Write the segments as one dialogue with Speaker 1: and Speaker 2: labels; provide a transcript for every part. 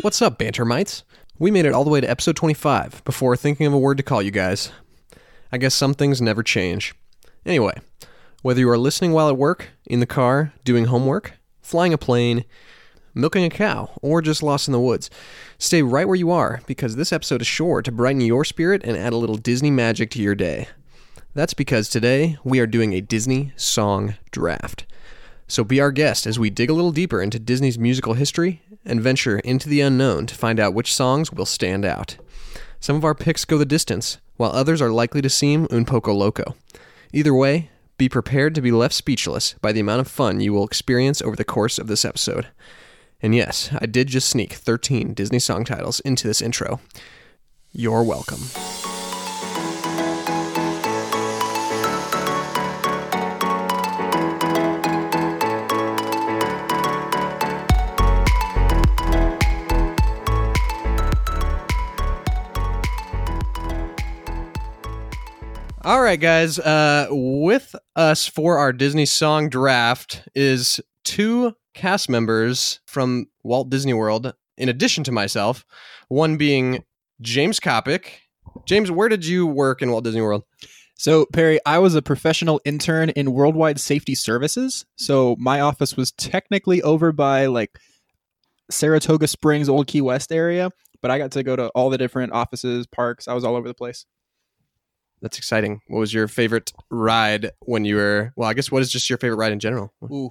Speaker 1: What's up, banter mites? We made it all the way to episode 25 before thinking of a word to call you guys. I guess some things never change. Anyway, whether you are listening while at work, in the car, doing homework, flying a plane, milking a cow, or just lost in the woods, stay right where you are because this episode is sure to brighten your spirit and add a little Disney magic to your day. That's because today we are doing a Disney song draft. So be our guest as we dig a little deeper into Disney's musical history and venture into the unknown to find out which songs will stand out. Some of our picks go the distance, while others are likely to seem un poco loco. Either way, be prepared to be left speechless by the amount of fun you will experience over the course of this episode. And yes, I did just sneak 13 Disney song titles into this intro. You're welcome. All right, guys. Uh, with us for our Disney song draft is two cast members from Walt Disney World, in addition to myself. One being James Kopic. James, where did you work in Walt Disney World?
Speaker 2: So, Perry, I was a professional intern in worldwide safety services. So, my office was technically over by like Saratoga Springs, Old Key West area, but I got to go to all the different offices, parks. I was all over the place.
Speaker 1: That's exciting. What was your favorite ride when you were? Well, I guess what is just your favorite ride in general?
Speaker 2: Ooh.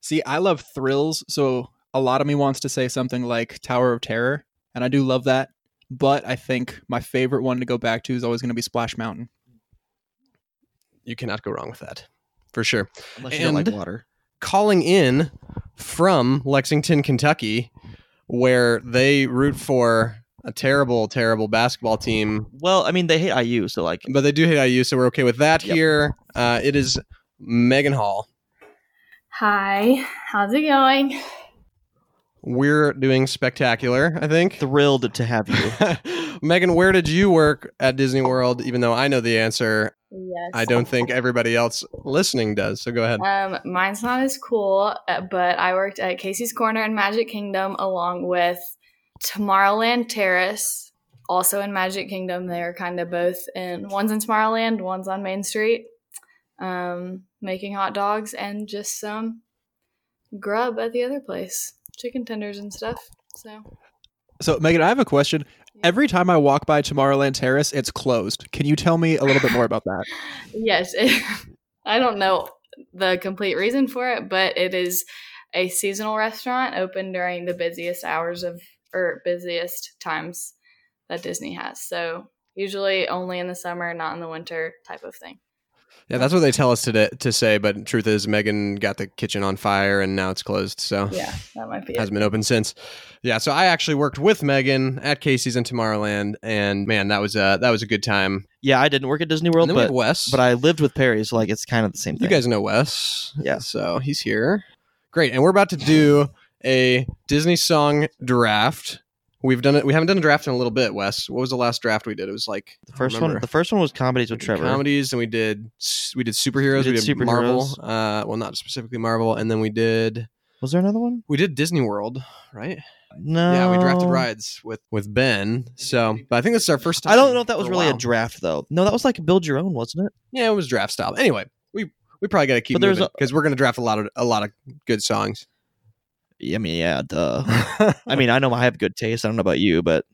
Speaker 2: See, I love thrills. So, a lot of me wants to say something like Tower of Terror, and I do love that. But I think my favorite one to go back to is always going to be Splash Mountain.
Speaker 1: You cannot go wrong with that, for sure.
Speaker 3: Unless you don't like
Speaker 1: And-
Speaker 3: water.
Speaker 1: calling in from Lexington, Kentucky, where they root for a terrible, terrible basketball team,
Speaker 3: Well, I mean, they hate IU, so like,
Speaker 1: but they do hate IU, so we're okay with that
Speaker 3: Yep.
Speaker 1: here. Uh, it is Megan Hall.
Speaker 4: Hi, how's it going?
Speaker 1: We're doing spectacular, I think.
Speaker 3: thrilled to have you.
Speaker 1: Megan, where did you work at Disney World? Even though I know the answer,
Speaker 4: Yes.
Speaker 1: I don't think everybody else listening does. So go ahead.
Speaker 4: Um, mine's not as cool, uh, but I worked at Casey's Corner in Magic Kingdom along with Tomorrowland Terrace, also in Magic Kingdom. They're kind of both in one's in Tomorrowland, one's on Main Street, um, making hot dogs and just some grub at the other place, chicken tenders and stuff. So
Speaker 2: So, Megan, I have a question. Every time I walk by Tomorrowland Terrace, it's closed. Can you tell me a little bit more about that?
Speaker 4: Yes. I don't know the complete reason for it, but it is a seasonal restaurant open during the busiest hours of or busiest times that Disney has. So usually only in the summer, not in the winter type of thing.
Speaker 1: Yeah, that's what they tell us to to say. But truth is, Megan got the kitchen on fire, and now it's closed. So
Speaker 4: Yeah, that might be
Speaker 1: has
Speaker 4: it.
Speaker 1: been open since. Yeah, so I actually worked with Megan at Casey's in Tomorrowland, and man, that was a that was a good time.
Speaker 3: yeah, I didn't work at Disney
Speaker 1: And
Speaker 3: World,
Speaker 1: then we had
Speaker 3: but
Speaker 1: Wes,
Speaker 3: but I lived with Perry, so like it's kind of the same thing.
Speaker 1: you guys know Wes,
Speaker 3: Yeah.
Speaker 1: So he's here. Great, and we're about to do a Disney song draft. We've done it. We haven't done a draft in a little bit, Wes. What was the last draft we did? It was like
Speaker 3: the first
Speaker 1: remember.
Speaker 3: one, the first one was comedies with Trevor.
Speaker 1: comedies, and we did s- we did superheroes, we
Speaker 3: We
Speaker 1: did,
Speaker 3: did
Speaker 1: Marvel.
Speaker 3: superheroes.
Speaker 1: Uh, well, not specifically Marvel, and then we did
Speaker 3: Was there another one?
Speaker 1: we did Disney World, right?
Speaker 3: No.
Speaker 1: Yeah, we drafted rides with with Ben. So, but I think this is our first time.
Speaker 3: I don't know if that was
Speaker 1: for
Speaker 3: really a
Speaker 1: while.
Speaker 3: draft though. No, that was like build your own, wasn't it?
Speaker 1: Yeah, it was draft style. Anyway, we we probably got to keep
Speaker 3: But there's
Speaker 1: moving because we're gonna draft a lot of a lot of good songs.
Speaker 3: Yeah, I mean, yeah, duh. I mean, I know I have good taste. I don't know about you, but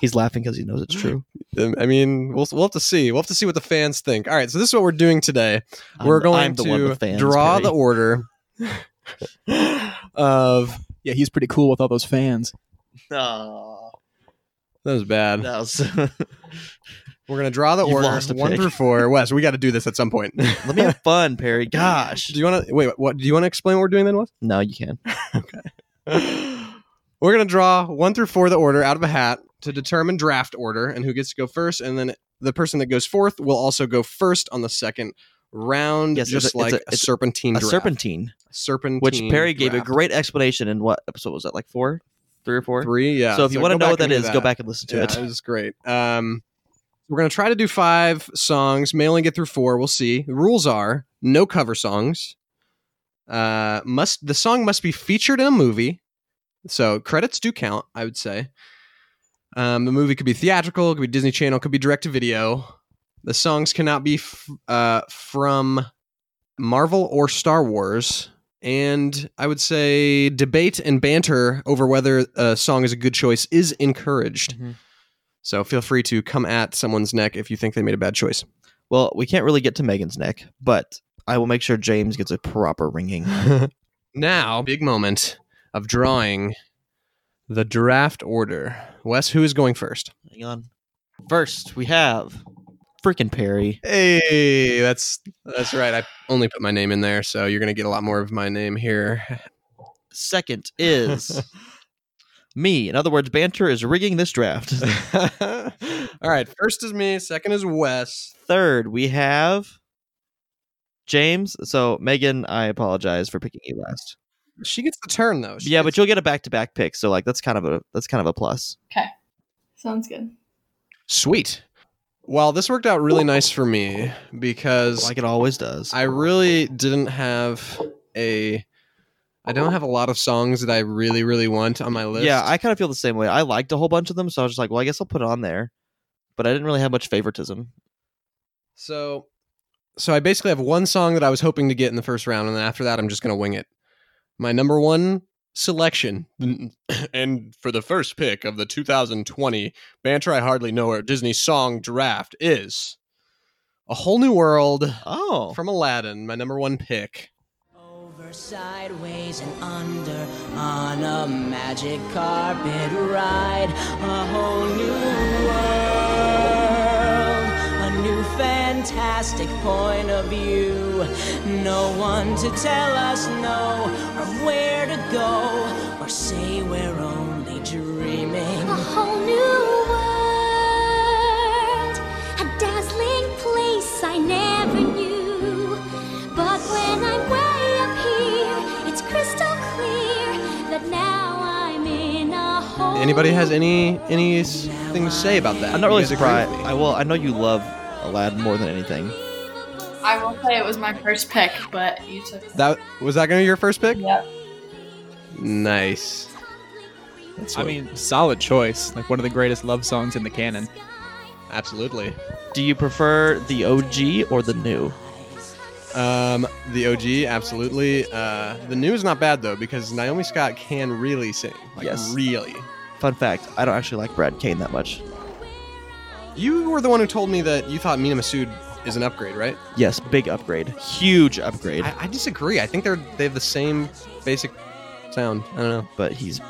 Speaker 3: he's laughing because he knows it's true.
Speaker 1: Um, I mean, we'll we'll have to see. We'll have to see what the fans think. All right, so this is what we're doing today.
Speaker 3: I'm-
Speaker 1: We're going
Speaker 3: I'm the one
Speaker 1: to
Speaker 3: with fans,
Speaker 1: draw
Speaker 3: Perry.
Speaker 1: the order of
Speaker 2: Yeah, he's pretty cool with all those fans.
Speaker 3: Aw,
Speaker 1: that was bad.
Speaker 3: that was-
Speaker 1: We're gonna draw the
Speaker 3: You've
Speaker 1: order
Speaker 3: lost a
Speaker 1: one
Speaker 3: pick.
Speaker 1: through four. Wes, we got to do this at some point.
Speaker 3: Let me have fun, Perry. Gosh.
Speaker 1: do you want to wait? What do you want to explain what we're doing then, Wes?
Speaker 3: No, you can.
Speaker 1: We're gonna draw one through four the order out of a hat to determine draft order and who gets to go first, and then the person that goes fourth will also go first on the second round,
Speaker 3: Yes,
Speaker 1: just
Speaker 3: it's a- it's
Speaker 1: like a,
Speaker 3: a- it's a-
Speaker 1: serpentine
Speaker 3: A
Speaker 1: draft.
Speaker 3: serpentine,
Speaker 1: serpentine,
Speaker 3: which Perry gave a
Speaker 1: draft.
Speaker 3: great explanation in what episode was that? Like four, three or four.
Speaker 1: three. Yeah.
Speaker 3: so if you want to know
Speaker 1: go back
Speaker 3: what
Speaker 1: and
Speaker 3: that
Speaker 1: hear
Speaker 3: is, go back and listen to
Speaker 1: Yeah,
Speaker 3: it.
Speaker 1: it was great. Um, we're gonna try to do five songs. May only get through four. We'll see. The rules are no cover songs. Uh, must the song must be featured in a movie, So credits do count, I would say. Um, the movie could be theatrical, it could be Disney Channel, it could be direct to video. The songs cannot be f- uh, from Marvel or Star Wars. And I would say debate and banter over whether a song is a good choice is encouraged. So feel free to come at someone's neck if you think they made a bad choice.
Speaker 3: Well, we can't really get to Megan's neck, but I will make sure James gets a proper ringing.
Speaker 1: now, big moment of drawing the draft order. Wes, who is going first?
Speaker 3: Hang on. First, we have freaking Perry.
Speaker 1: Hey, that's that's right. I only put my name in there, so you're gonna get a lot more of my name here.
Speaker 3: Second is me. In other words, banter is rigging this draft.
Speaker 1: All right, first is me, second is Wes.
Speaker 3: Third, we have James. So, Megan, I apologize for picking you last.
Speaker 1: She gets the turn though. She
Speaker 3: yeah,
Speaker 1: gets-
Speaker 3: but you'll get a back-to-back pick, so like that's kind of a that's kind of a plus.
Speaker 4: Sounds good.
Speaker 1: sweet. Well, this worked out really nice for me because
Speaker 3: Like it always does.
Speaker 1: I really didn't have a. I don't have a lot of songs that I really, really want on my list.
Speaker 3: Yeah, I kind of feel the same way. I liked a whole bunch of them, so I was just like, well, I guess I'll put it on there. But I didn't really have much favoritism.
Speaker 1: so, so I basically have one song that I was hoping to get in the first round, and then after that, I'm just gonna wing it. My number one selection, and for the first pick of the 2020 banter, I hardly know her Disney song draft is "A Whole New World"
Speaker 3: Oh,
Speaker 1: from Aladdin. My number one pick.
Speaker 5: Over, sideways, and under on a magic carpet ride. A whole new world, a new fantastic point of view. No one to tell us no, or where to go, or say we're only dreaming.
Speaker 6: A whole new world, a dazzling place I never knew. But when I'm way up here, it's crystal clear that now I'm in a whole.
Speaker 1: Anybody has
Speaker 6: new
Speaker 1: any anything to say about that?
Speaker 3: I'm not really
Speaker 1: You guys agree with
Speaker 3: surprised.
Speaker 1: me?
Speaker 3: I will. I know you love Aladdin more than anything.
Speaker 6: unbelievable
Speaker 4: I will say it was my first pick, but you took it.
Speaker 1: That was that going to be your first pick?
Speaker 4: Yep.
Speaker 1: Nice. That's
Speaker 2: I
Speaker 1: what-
Speaker 2: mean, solid choice. Like one of the greatest love songs in the canon.
Speaker 1: absolutely.
Speaker 3: Do you prefer the OG or the new?
Speaker 1: Um, the OG, absolutely. Uh, the new is not bad though because Naomi Scott can really sing. Like,
Speaker 3: Yes.
Speaker 1: really.
Speaker 3: Fun fact: I don't actually like Brad Kane that much.
Speaker 1: You were the one who told me that you thought Mina Masood is an upgrade, right?
Speaker 3: Yes, big upgrade, huge upgrade.
Speaker 1: I, I disagree. I think they're they have the same basic sound. I don't know.
Speaker 3: But he's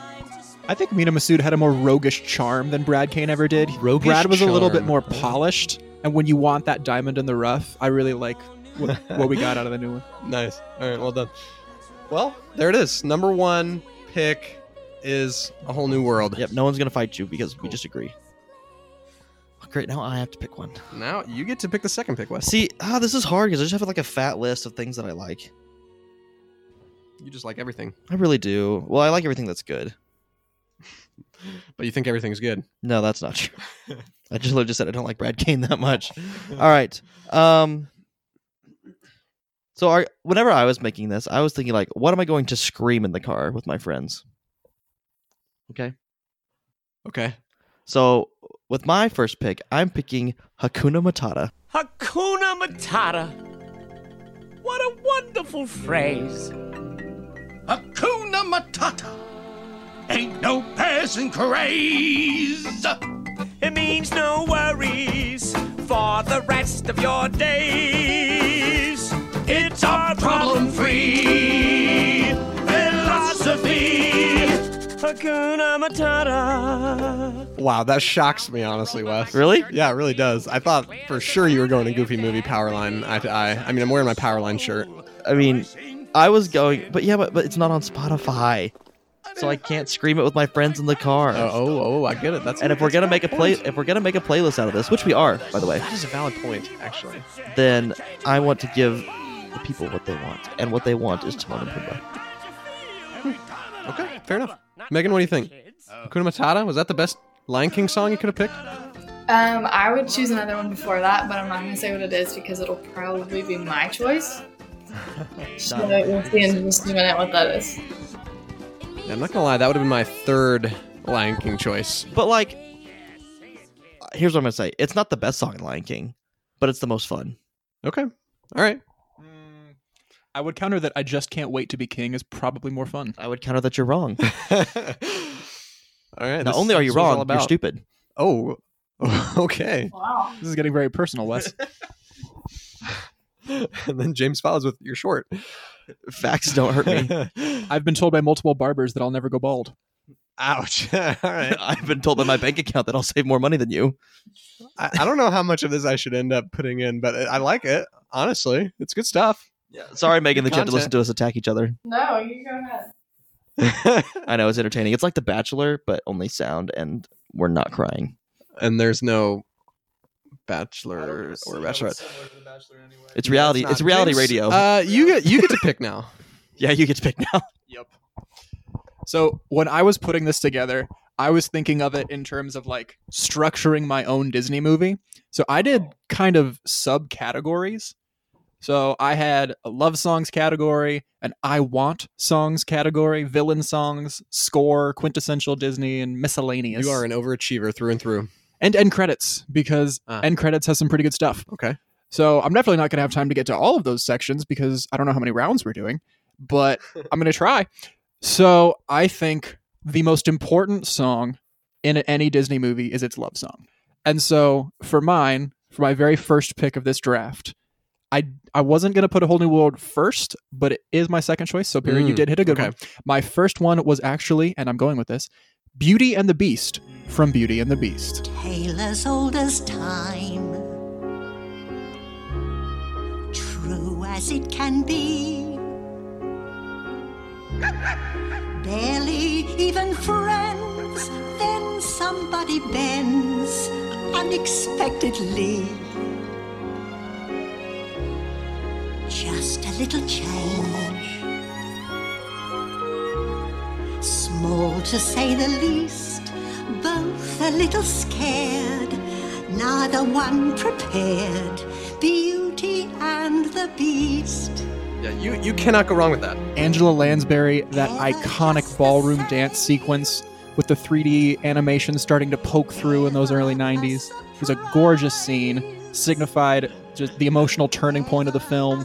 Speaker 2: I think Mina Masood had a more roguish charm than Brad Kane ever did.
Speaker 1: Roguish
Speaker 2: Brad was a little bit
Speaker 1: charm,
Speaker 2: more
Speaker 1: huh?
Speaker 2: polished, and when you want that diamond in the rough, I really like what, what we got out of the new one.
Speaker 1: Nice. All right. Well done. Well, there it is. Number one pick is a whole new world.
Speaker 3: yep. No one's gonna fight you because we disagree. Oh, great. Now I have to pick one.
Speaker 1: Now you get to pick the second pick, Wes.
Speaker 3: See, ah, this is hard because I just have like a fat list of things that I like.
Speaker 1: You just like everything,
Speaker 3: I really do. Well, I like everything that's good.
Speaker 1: but you think everything's good.
Speaker 3: No, that's not true. I just literally just said I don't like Brad Kane that much. All right. Um So our, whenever I was making this, I was thinking like, what am I going to scream in the car with my friends? Okay.
Speaker 1: Okay.
Speaker 3: So with my first pick, I'm picking Hakuna Matata.
Speaker 7: Hakuna Matata. What a wonderful phrase. Hakuna Matata. Ain't no passing craze. It means no worries for the rest of your days. It's our problem free philosophy. Hakuna Matata.
Speaker 1: Wow, that shocks me honestly, Wes.
Speaker 3: Really?
Speaker 1: Yeah, it really does. I thought for sure you were going to Goofy movie Powerline eye to eye. I mean, I'm wearing my Powerline shirt.
Speaker 3: I mean, I was going, but yeah, but, but it's not on Spotify. So I can't scream it with my friends in the car.
Speaker 1: Oh, oh, oh, I get it. That's
Speaker 3: And if we're gonna make a play, if we're gonna make a playlist out of this, which we are, by the way,
Speaker 1: that is a valid point, actually.
Speaker 3: then I want to give the people what they want, and what they want is Timon and Pumbaa.
Speaker 1: Okay, fair enough. Megan, what do you think? Hakuna Matata was that the best Lion King song you could have picked?
Speaker 4: Um, I would choose another one before that, but I'm not gonna say what it is because it'll probably be my choice. so we'll see in just a minute what that is.
Speaker 6: in me.
Speaker 1: And I'm not gonna lie, that would have been my third Lion King choice.
Speaker 3: But like, here's what I'm gonna say: it's not the best song in Lion King, but it's the most fun.
Speaker 1: Okay. All right.
Speaker 2: I would counter that I just can't wait to be king is probably more fun.
Speaker 3: I would counter that you're wrong.
Speaker 1: All right.
Speaker 3: not
Speaker 1: this-
Speaker 3: only are you
Speaker 1: this was all
Speaker 3: wrong, you're
Speaker 1: about-
Speaker 3: stupid.
Speaker 1: Oh. Okay.
Speaker 4: Wow.
Speaker 2: This is getting very personal, Wes.
Speaker 1: and then James follows with "You're short."
Speaker 3: Facts don't hurt me.
Speaker 2: I've been told by multiple barbers that I'll never go bald.
Speaker 1: Ouch. All right.
Speaker 3: I've been told by my bank account that I'll save more money than you.
Speaker 1: I, I don't know how much of this I should end up putting in, but I like it. Honestly, it's good stuff.
Speaker 3: Sorry, Megan, that
Speaker 1: Good
Speaker 3: you have to listen
Speaker 1: content.
Speaker 3: to us attack each other.
Speaker 4: No, you go ahead.
Speaker 3: I know it's entertaining. It's like The Bachelor, but only sound, and we're not crying.
Speaker 1: and there's no bachelor or bachelorette.
Speaker 3: It's reality. It's, reality
Speaker 1: James,
Speaker 3: radio.
Speaker 1: Uh, you get you get to pick now.
Speaker 3: yeah, you get to pick now.
Speaker 2: So when I was putting this together, I was thinking of it in terms of like structuring my own Disney movie. So I did kind of subcategories. So I had a love songs category, an I want songs category, villain songs, score, quintessential Disney, and miscellaneous.
Speaker 1: You are an overachiever through and through.
Speaker 2: and end credits because
Speaker 1: Ah.
Speaker 2: end credits has some pretty good stuff.
Speaker 1: Okay.
Speaker 2: So I'm definitely not going to have time to get to all of those sections because I don't know how many rounds we're doing, but I'm going to try. So I think the most important song in any Disney movie is its love song. And so for mine, for my very first pick of this draft, I I wasn't going to put a whole new world first, but it is my second choice. So Perry, you
Speaker 1: Mm,
Speaker 2: did hit a good
Speaker 1: okay.
Speaker 2: one. My first one was actually, and I'm going with this, Beauty and the Beast from Beauty and the Beast.
Speaker 8: tale as old as time. True as it can be. Barely even friends, then somebody bends unexpectedly. Just a little change. Small to say the least, both a little scared, neither one prepared. Beauty and the Beast.
Speaker 1: Yeah, you you cannot go wrong with that.
Speaker 2: Angela Lansbury, that iconic ballroom dance sequence with the 3D animation starting to poke through in those early 90s. It was a gorgeous scene, signified just the emotional turning point of the film.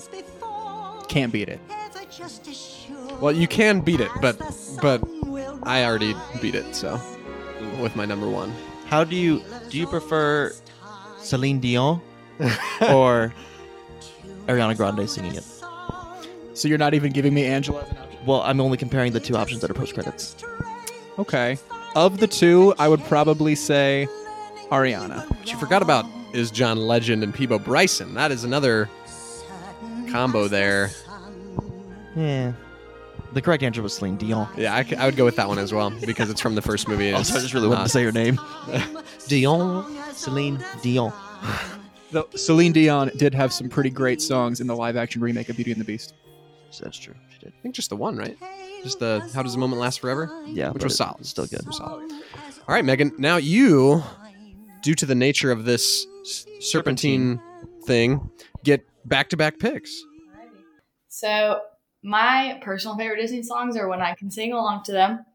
Speaker 2: Can't beat it.
Speaker 1: Well, you can beat it, but but I already beat it. So with my number one,
Speaker 3: How do you do? You prefer Celine Dion or Ariana Grande singing it?
Speaker 2: So you're not even giving me Angela as an option.
Speaker 3: Well, I'm only comparing the two options that are post credits.
Speaker 2: Okay. Of the two, I would probably say Ariana.
Speaker 1: what you forgot about is John Legend and Peebo Bryson. That is another combo there.
Speaker 3: Yeah. The correct answer was Celine Dion.
Speaker 1: Yeah, I, c- I would go with that one as well because it's from the first movie. and
Speaker 3: Also, I
Speaker 1: it's
Speaker 3: just really wanted
Speaker 1: not-
Speaker 3: to say her name. Dion, Celine Dion.
Speaker 2: Though Celine Dion did have some pretty great songs in the live action remake of Beauty and the Beast.
Speaker 3: That's true. She did.
Speaker 1: I think just the one, right? Just the How Does a Moment Last Forever?
Speaker 3: Yeah,
Speaker 1: Which
Speaker 3: but
Speaker 1: was
Speaker 3: it-
Speaker 1: solid.
Speaker 3: it's Still good.
Speaker 1: solid. All right, Megan. Now you, due to the nature of this s- serpentine thing, get back-to-back picks.
Speaker 4: So my personal favorite Disney songs are when I can sing along to them.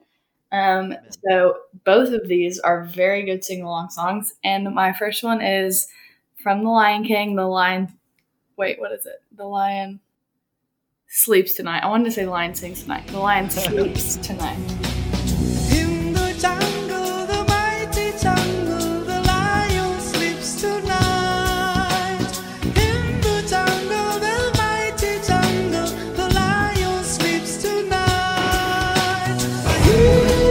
Speaker 4: Um, so both of these are very good sing along songs, and my first one is from The Lion King. The Lion, wait, what is it? The Lion sleeps tonight. I wanted to say The Lion sings tonight. The Lion sleeps tonight.
Speaker 5: In the jungle, the mighty jungle, the lion sleeps tonight. In the jungle, the mighty jungle, the lion sleeps tonight.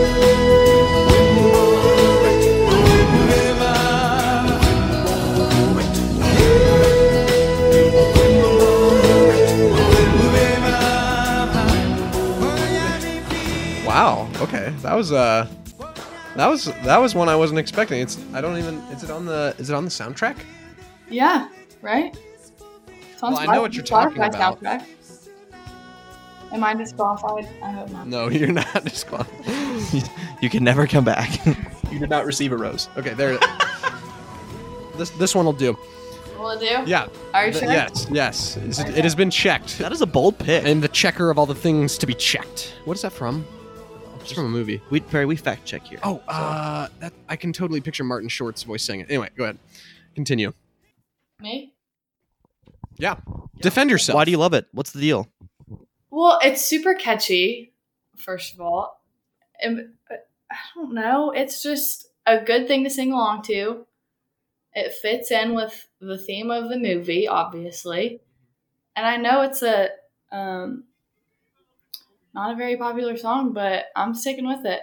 Speaker 1: Wow. Okay, that was uh, that was that was one I wasn't expecting. It's I don't even. Is it on the Is it on the soundtrack?
Speaker 4: Yeah, right? It's on
Speaker 1: Well, I know what you're talking
Speaker 4: Spotify
Speaker 1: about.
Speaker 4: soundtrack. Am I disqualified? I hope not.
Speaker 1: No, you're not disqualified.
Speaker 3: You can never come back.
Speaker 2: You did not receive a rose.
Speaker 1: Okay, there. this this one will do.
Speaker 4: Will it do?
Speaker 1: Yeah.
Speaker 4: Are you
Speaker 1: Th-
Speaker 4: sure?
Speaker 1: Yes. Yes. Is It, it has been checked.
Speaker 3: that is a bold pick.
Speaker 1: And the checker of all the things to be checked. What is that from? It's from a movie.
Speaker 3: We Perry, we fact check here.
Speaker 1: Oh, uh, that I can totally picture Martin Short's voice saying it. Anyway, go ahead. Continue.
Speaker 4: Me?
Speaker 1: Yeah. Defend yourself.
Speaker 3: Why do you love it? What's the deal?
Speaker 4: Well, it's super catchy, first of all. And but I don't know. It's just a good thing to sing along to. It fits in with the theme of the movie, obviously. And I know it's a um, not a very popular song, but I'm sticking with it.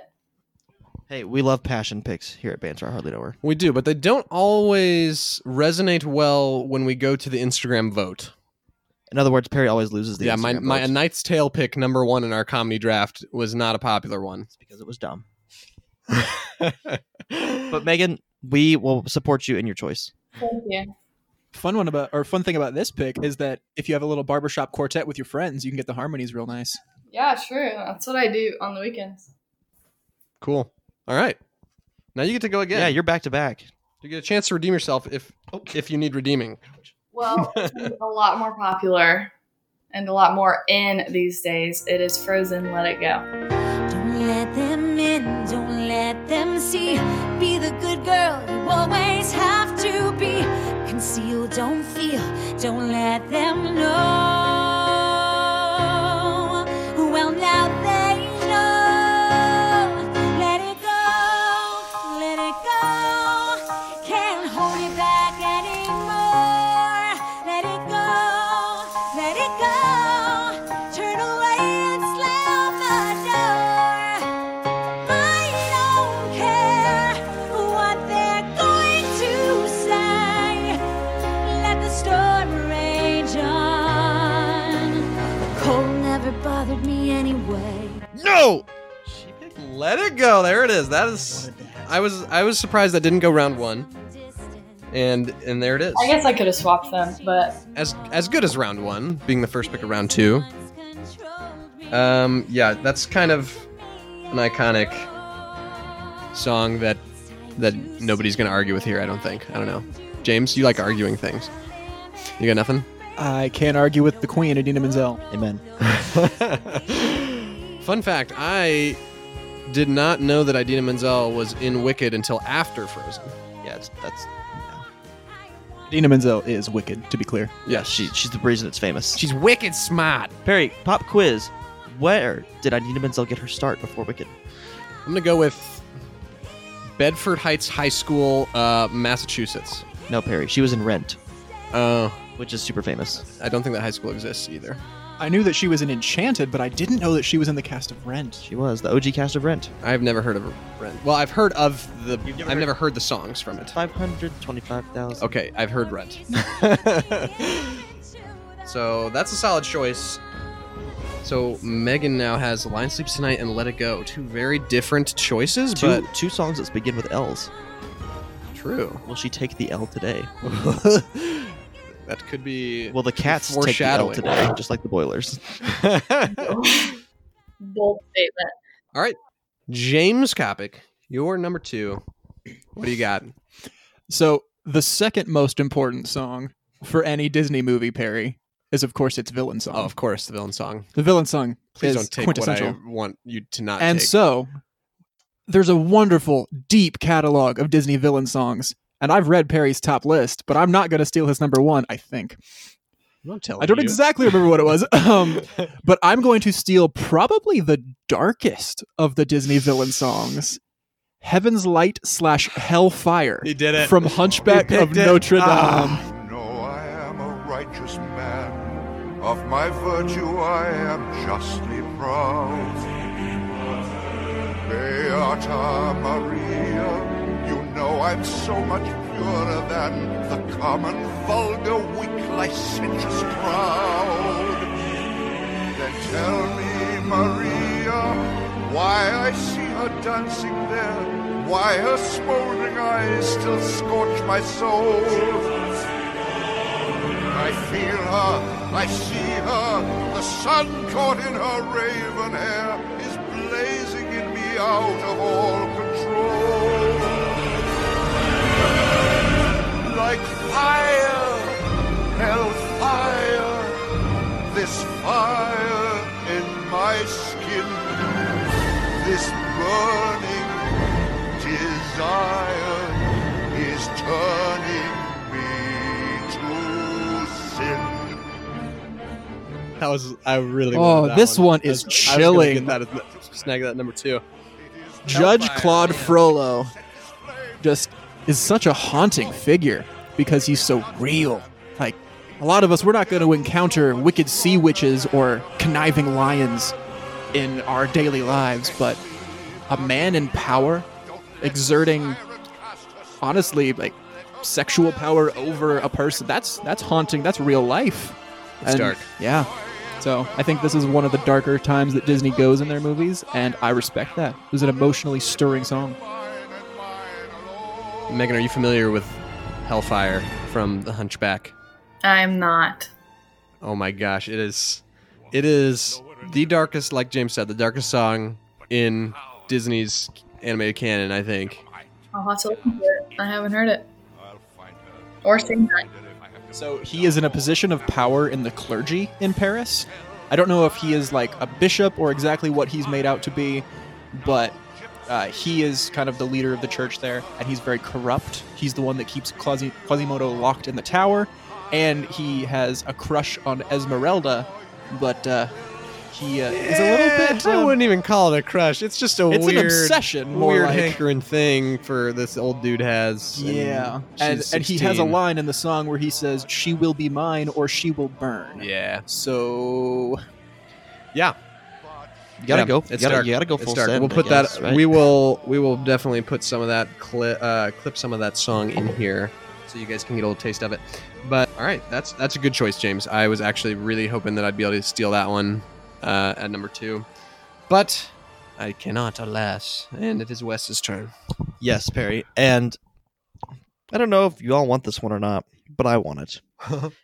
Speaker 3: Hey, we love passion picks here at Banter. I hardly know her.
Speaker 1: We do, but they don't always resonate well when we go to the Instagram vote.
Speaker 3: In other words, Perry always loses the
Speaker 1: yeah, my,
Speaker 3: Instagram
Speaker 1: my A
Speaker 3: votes
Speaker 1: Knight's Tale pick number one in our comedy draft was not a popular one.
Speaker 3: because it was dumb. but Megan, we will support you in your choice.
Speaker 4: Thank you.
Speaker 2: Fun one about or fun thing about this pick is that if you have a little barbershop quartet with your friends, you can get the harmonies real nice.
Speaker 4: Yeah, sure. That's what I do on the weekends.
Speaker 1: Cool. All right. Now you get to go again.
Speaker 3: Yeah, you're back to back.
Speaker 1: you get a chance to redeem yourself if if you need redeeming.
Speaker 4: Well, it's a lot more popular and a lot more in these days. It is Frozen, Let It Go.
Speaker 5: Don't let them in, don't let them see. Be the good girl you always have to be. Conceal, don't feel, don't let them know. Well, now they know. Let it go, let it go. Can't hold it back anymore. Let it go, let it go. Turn away and slam the door. I don't care what they're going to say. Let the storm rage on. The cold never bothered me anyway.
Speaker 1: No. Let it go. There it is. That is. I was I was surprised that didn't go round one, and and there it is.
Speaker 4: I guess I could have swapped them, but
Speaker 1: As as good as round one, being the first pick of round two. Um, yeah, that's kind of an iconic song that that nobody's gonna argue with here. I don't think. I don't know. James, you like arguing things. You got nothing.
Speaker 2: I can't argue with the queen, Adina Menzel.
Speaker 3: Amen.
Speaker 1: Fun fact: I did not know that Idina Menzel was in Wicked until after Frozen.
Speaker 3: Yeah, it's, that's
Speaker 2: Adina Menzel is wicked, to be clear.
Speaker 1: Yeah,
Speaker 3: she. She's the reason it's famous.
Speaker 1: she's wicked smart.
Speaker 3: Perry, pop quiz. Where did Idina Menzel get her start before Wicked?
Speaker 1: I'm gonna go with Bedford Heights High School, uh, Massachusetts.
Speaker 3: No, Perry. She was in Rent,
Speaker 1: Oh,
Speaker 3: which is super famous.
Speaker 1: I don't think that high school exists either.
Speaker 2: I knew that she was in Enchanted, but I didn't know that she was in the cast of Rent.
Speaker 3: She was the OG cast of Rent.
Speaker 1: I've never heard of Rent. Well, I've heard of the.
Speaker 3: You've never
Speaker 1: I've
Speaker 3: heard-
Speaker 1: never heard the songs from it.
Speaker 3: Five hundred twenty-five thousand.
Speaker 1: Okay, I've heard Rent. so that's a solid choice. So Megan now has Lion Sleeps Tonight and Let It Go, two very different choices,
Speaker 3: Two,
Speaker 1: but
Speaker 3: two songs that begin with L's.
Speaker 1: true.
Speaker 3: Will she take the L today?
Speaker 1: That could be.
Speaker 3: Will the cats take the L
Speaker 1: Foreshadowing.
Speaker 3: today? Just like the boilers.
Speaker 4: bold statement.
Speaker 1: James Kopic, you're number two. What do you got?
Speaker 2: So, the second most important song for any Disney movie, Perry, is of course its villain song.
Speaker 1: Oh, of course, the villain song.
Speaker 2: The villain song
Speaker 1: Please
Speaker 2: is
Speaker 1: don't take what
Speaker 2: quintessential.
Speaker 1: I want you to not
Speaker 2: and
Speaker 1: take.
Speaker 2: so, there's a wonderful, deep catalog of Disney villain songs. And I've read Perry's top list, but I'm not going to steal his number one, I think.
Speaker 1: don't tell
Speaker 2: I don't exactly remember what it was, um, but I'm going to steal probably the darkest of the Disney villain songs, "Heaven's Light" slash "Hellfire"
Speaker 1: He did it.
Speaker 2: from Hunchback
Speaker 1: He
Speaker 2: of
Speaker 1: picked it.
Speaker 2: Notre Dame.
Speaker 1: Ah.
Speaker 9: No, I am a righteous man. Of my virtue I am justly proud. Beata Maria, you know I'm so much purer than the common, vulgar, weak, licentious crowd. Then tell me, Maria, why I see her dancing there, why her smoldering eyes still scorch my soul. I feel her, I see her. The sun caught in her raven hair is blazing in me out of all control. Like fire, hellfire, this fire in my skin, this
Speaker 1: I was I really.
Speaker 2: Oh,
Speaker 1: wanted that
Speaker 2: this one
Speaker 1: I
Speaker 2: is
Speaker 1: was- I was gonna
Speaker 2: chilling.
Speaker 1: get that as- snag that number two.
Speaker 2: Judge
Speaker 1: Hellfire.
Speaker 2: Claude Frollo just is such a haunting figure because he's so real. Like a lot of us, we're not going to encounter wicked sea witches or conniving lions in our daily lives, but a man in power exerting honestly like sexual power over a person that's that's haunting that's real life
Speaker 1: It's dark.
Speaker 2: yeah so i think this is one of the darker times that disney goes in their movies and i respect that it was an emotionally stirring song
Speaker 1: Megan, are you familiar with Hellfire from The Hunchback?
Speaker 4: I'm not.
Speaker 1: Oh my gosh, it is it is the darkest, like James said, the darkest song in Disney's animated canon, I think.
Speaker 4: I'll have to listen to it. I haven't heard it. Or seen that.
Speaker 2: so he is in a position of power in the clergy in paris i don't know if he is like a bishop or exactly what he's made out to be but uh, he is kind of the leader of the church there, and he's very corrupt. He's the one that keeps Quasi- Quasimodo locked in the tower, and he has a crush on Esmeralda, but uh, he uh, is a little bit.
Speaker 1: I
Speaker 2: um,
Speaker 1: wouldn't even call it a crush. It's just a
Speaker 2: It's an
Speaker 1: weird
Speaker 2: obsession, more
Speaker 1: weird
Speaker 2: like.
Speaker 1: hankering thing for this old dude has. and
Speaker 2: yeah, and,
Speaker 1: she's
Speaker 2: and he has a
Speaker 1: 16.
Speaker 2: line in the song where he says, "She will be mine, or she will burn."
Speaker 1: Yeah,
Speaker 2: So
Speaker 1: yeah.
Speaker 3: You gotta
Speaker 1: Yeah,
Speaker 3: go. You
Speaker 1: It's
Speaker 3: gotta,
Speaker 1: dark.
Speaker 3: you gotta go
Speaker 1: It's
Speaker 3: full
Speaker 1: dark.
Speaker 3: send,
Speaker 1: We'll
Speaker 3: I
Speaker 1: put
Speaker 3: guess,
Speaker 1: that.
Speaker 3: right?
Speaker 1: We will. We will definitely put some of that clip. Uh, clip some of that song in here, so you guys can get a little taste of it. But all right, that's that's a good choice, James. I was actually really hoping that I'd be able to steal that one uh, at number two, but I cannot, alas. And it is Wes's turn.
Speaker 3: Yes, Perry. And I don't know if you all want this one or not, but I want it.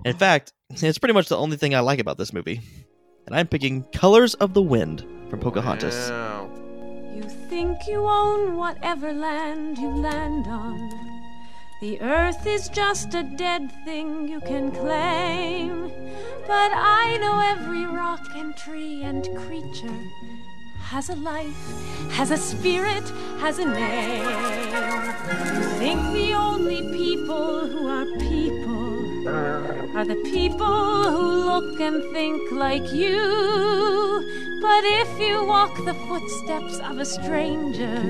Speaker 3: In fact, it's pretty much the only thing I like about this movie. And I'm picking Colors of the Wind from Pocahontas.
Speaker 1: Wow.
Speaker 6: You think you own whatever land you land on. The earth is just a dead thing you can claim. But I know every rock and tree and creature has a life, has a spirit, has a name. You think the only people who are people are the people who look and think like you. But if you walk the footsteps of a stranger,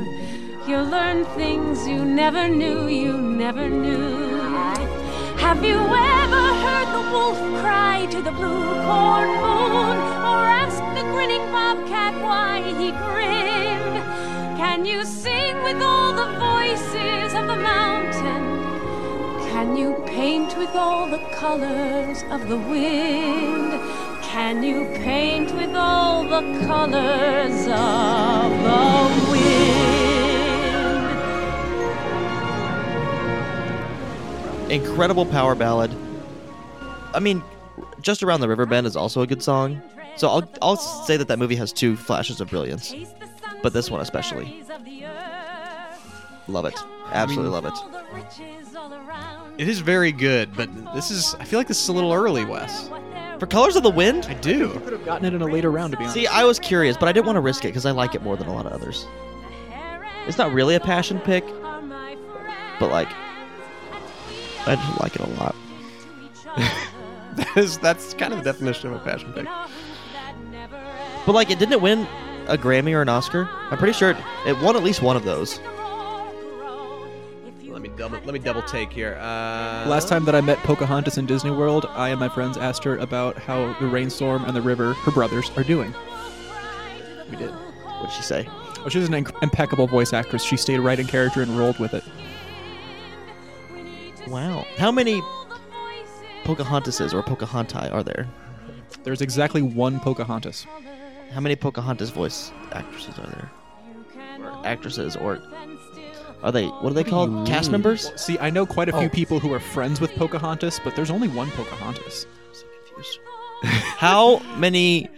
Speaker 6: you'll learn things you never knew you never knew. Have you ever heard the wolf cry to the blue corn moon? Or asked the grinning bobcat why he grinned? Can you sing with all the voices of the mountain? Can you paint with all the colors of the wind? Can you paint with all the colors of the wind?
Speaker 3: Incredible power ballad. I mean, Just Around the River Bend is also a good song. So I'll, I'll say that that movie has two flashes of brilliance.
Speaker 6: Taste the sun,
Speaker 3: But this one
Speaker 6: sweet
Speaker 3: especially.
Speaker 6: berries of the earth.
Speaker 3: Love it. Absolutely love it.
Speaker 6: All the riches all around.
Speaker 1: It is very good, but this is. I feel like this is a little early, Wes.
Speaker 3: For Colors of the Wind?
Speaker 1: I do.
Speaker 2: could have gotten it in a later round to be honest.
Speaker 3: See, I was curious, but I didn't want to risk it because I like it more than a lot of others. It's not really a passion pick, but like, I just like it a lot.
Speaker 1: That is, that's kind of the definition of a passion pick.
Speaker 3: But like, it didn't win a Grammy or an Oscar. I'm pretty sure it, it won at least one of those.
Speaker 1: Let me double. Let me double take here. Uh,
Speaker 2: Last time that I met Pocahontas in Disney World, I and my friends asked her about how the rainstorm and the river, her brothers, are doing.
Speaker 3: We did. What'd she say?
Speaker 2: Oh, she's an inc- impeccable voice actress. She stayed right in character and rolled with it.
Speaker 3: Wow. How many Pocahontases or Pocahontai are there?
Speaker 2: There's exactly one Pocahontas.
Speaker 3: How many Pocahontas voice actresses are there? Or actresses, or are they? What are they called? Cast members?
Speaker 2: See, I know quite a
Speaker 3: Oh.
Speaker 2: few people who are friends with Pocahontas, but there's only one Pocahontas.
Speaker 3: so confused. How many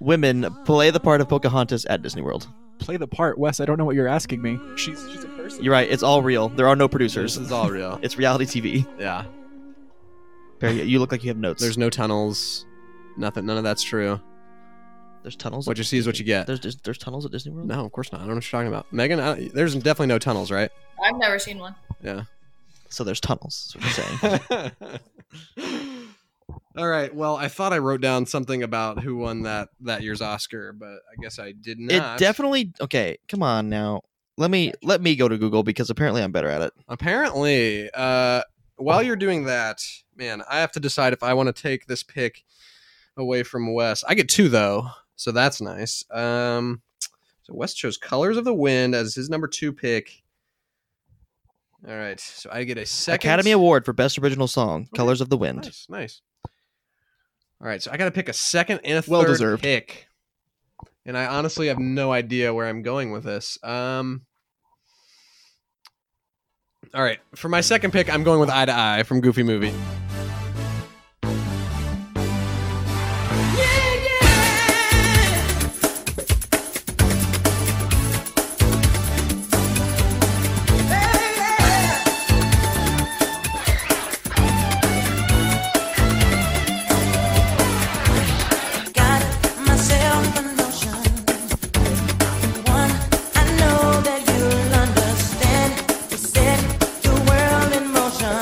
Speaker 3: women play the part of Pocahontas at Disney World?
Speaker 2: Play the part, Wes. I don't know what you're asking me. She's, she's a person.
Speaker 3: You're right. It's all real. There are no
Speaker 1: this
Speaker 3: producers.
Speaker 1: is all real.
Speaker 3: It's reality TV.
Speaker 1: Yeah.
Speaker 3: Barry, you look like you have notes.
Speaker 1: There's no tunnels. Nothing. None of that's true.
Speaker 3: there's tunnels.
Speaker 1: What you see is what you get.
Speaker 3: There's there's, there's tunnels at Disney World.
Speaker 1: No, of course not. I don't know what you're talking about, Megan. I, there's definitely no tunnels, right?
Speaker 4: I've never seen one.
Speaker 1: Yeah.
Speaker 3: So there's tunnels. Is what you're saying.
Speaker 1: All right. Well, I thought I wrote down something about who won that that year's Oscar, but I guess I did not.
Speaker 3: It definitely okay. Come on now. Let me let me go to Google because apparently I'm better at it.
Speaker 1: Apparently, uh, while you're doing that, man, I have to decide if I want to take this pick away from Wes. I get two though, so that's nice. Um, so Wes chose "Colors of the Wind" as his number two pick. All right, so I get a second
Speaker 3: Academy Award for Best Original Song, "Colors of the Wind."
Speaker 1: Nice, nice. All right, so I got to pick a second and a third
Speaker 2: Well-deserved.
Speaker 1: pick, and I honestly have no idea where I'm going with this. Um, all right, for my second pick, I'm going with Eye to Eye from Goofy Movie.
Speaker 5: Got myself a notion, one I know that you'll understand. To set the world in motion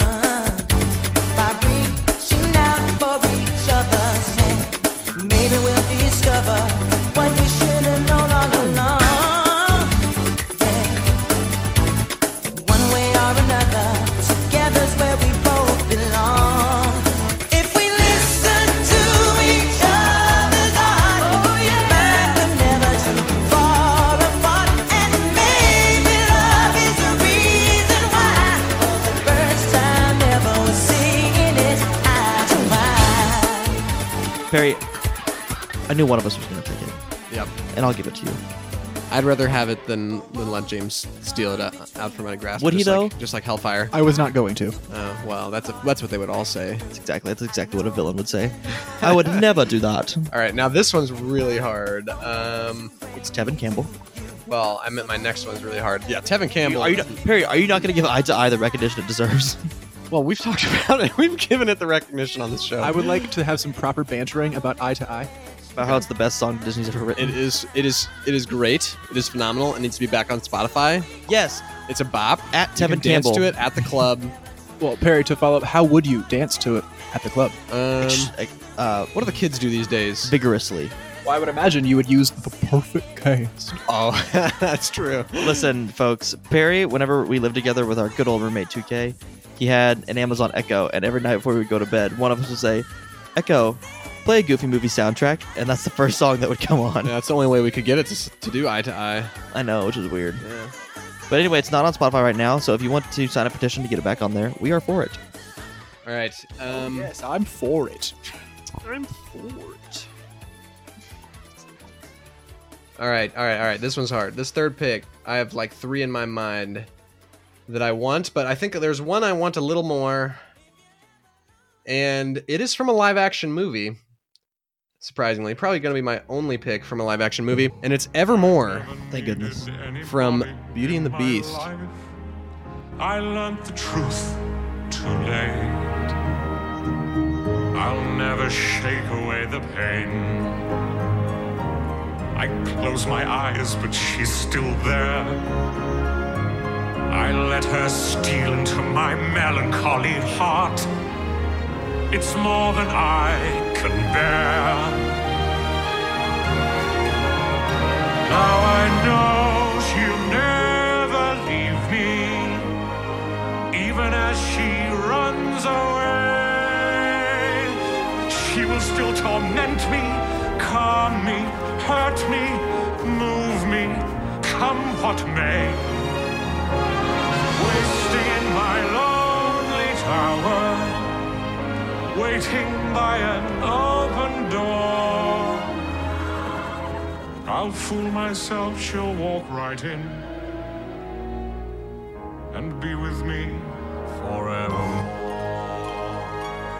Speaker 5: by reaching out for each other's hand. Maybe we'll discover what we should have known all along. One way or another, together's where we both belong. If we listen to each other's heart, oh, man could never too far apart. And maybe love is the reason why, for the first time ever, we're seeing it eye to eye.
Speaker 3: Perry, I knew one of us was going to take it,
Speaker 1: Yep.
Speaker 3: and I'll give it to you.
Speaker 1: I'd rather have it than, than let James steal it out, out from my grasp.
Speaker 3: Would he,
Speaker 1: just like-
Speaker 3: though?
Speaker 1: just like Hellfire.
Speaker 2: I was not going to.
Speaker 1: Oh, well, that's a, that's what they would all say.
Speaker 3: That's exactly that's exactly what a villain would say. I would never do that.
Speaker 1: All right, now this one's really hard. Um,
Speaker 3: It's Tevin Campbell.
Speaker 1: well, I meant my next one's really hard. Yeah, Tevin Campbell.
Speaker 3: Are you not, Perry? Are you not going to give Eye to Eye the recognition it deserves?
Speaker 1: well, we've talked about it. We've given it the recognition on this show.
Speaker 2: I would like to have some proper bantering about eye to eye.
Speaker 3: About how it's the best song Disney's ever written.
Speaker 1: it is it is it is great. It is phenomenal. It needs to be back on Spotify.
Speaker 3: yes,
Speaker 1: It's a bop.
Speaker 3: at
Speaker 1: You
Speaker 3: Tevin
Speaker 1: can dance
Speaker 3: Campbell.
Speaker 1: to it at the club.
Speaker 2: Well, Perry, to follow up, how would you dance to it at the club?
Speaker 1: Um,
Speaker 3: Ex- uh,
Speaker 1: what do the kids do these days?
Speaker 3: vigorously.
Speaker 2: Well, I would imagine you would use the perfect case.
Speaker 1: Oh, that's true.
Speaker 3: Listen, folks, Perry, whenever we lived together with our good old roommate 2K, he had an Amazon Echo, and every night before we would go to bed, one of us would say, Echo, play a Goofy movie soundtrack, and that's the first song that would come on.
Speaker 1: Yeah, that's the only way we could get it to, s- to do eye to eye.
Speaker 3: I know, which is weird.
Speaker 1: Yeah.
Speaker 3: But anyway, it's not on Spotify right now, so if you want to sign a petition to get it back on there, we are for it.
Speaker 1: All right. Um,
Speaker 2: Yes, I'm for it.
Speaker 1: All right, all right, all right. This one's hard. This third pick, I have like three in my mind that I want, but I think there's one I want a little more. And it is from a live action movie. Surprisingly, probably going to be my only pick from a live action movie, and it's Evermore
Speaker 3: Thank goodness.
Speaker 1: from Beauty and the Beast.
Speaker 10: I learned the truth too late. I'll never shake away the pain. I close my eyes, but she's still there. I let her steal into my melancholy heart. It's more than I can bear. Now I know she'll never leave me, even as she runs away. She will still torment me, calm me, hurt me, move me, come what may. Wasting in my lonely tower, waiting by an open door. I'll fool myself, she'll walk right in and be with me forever.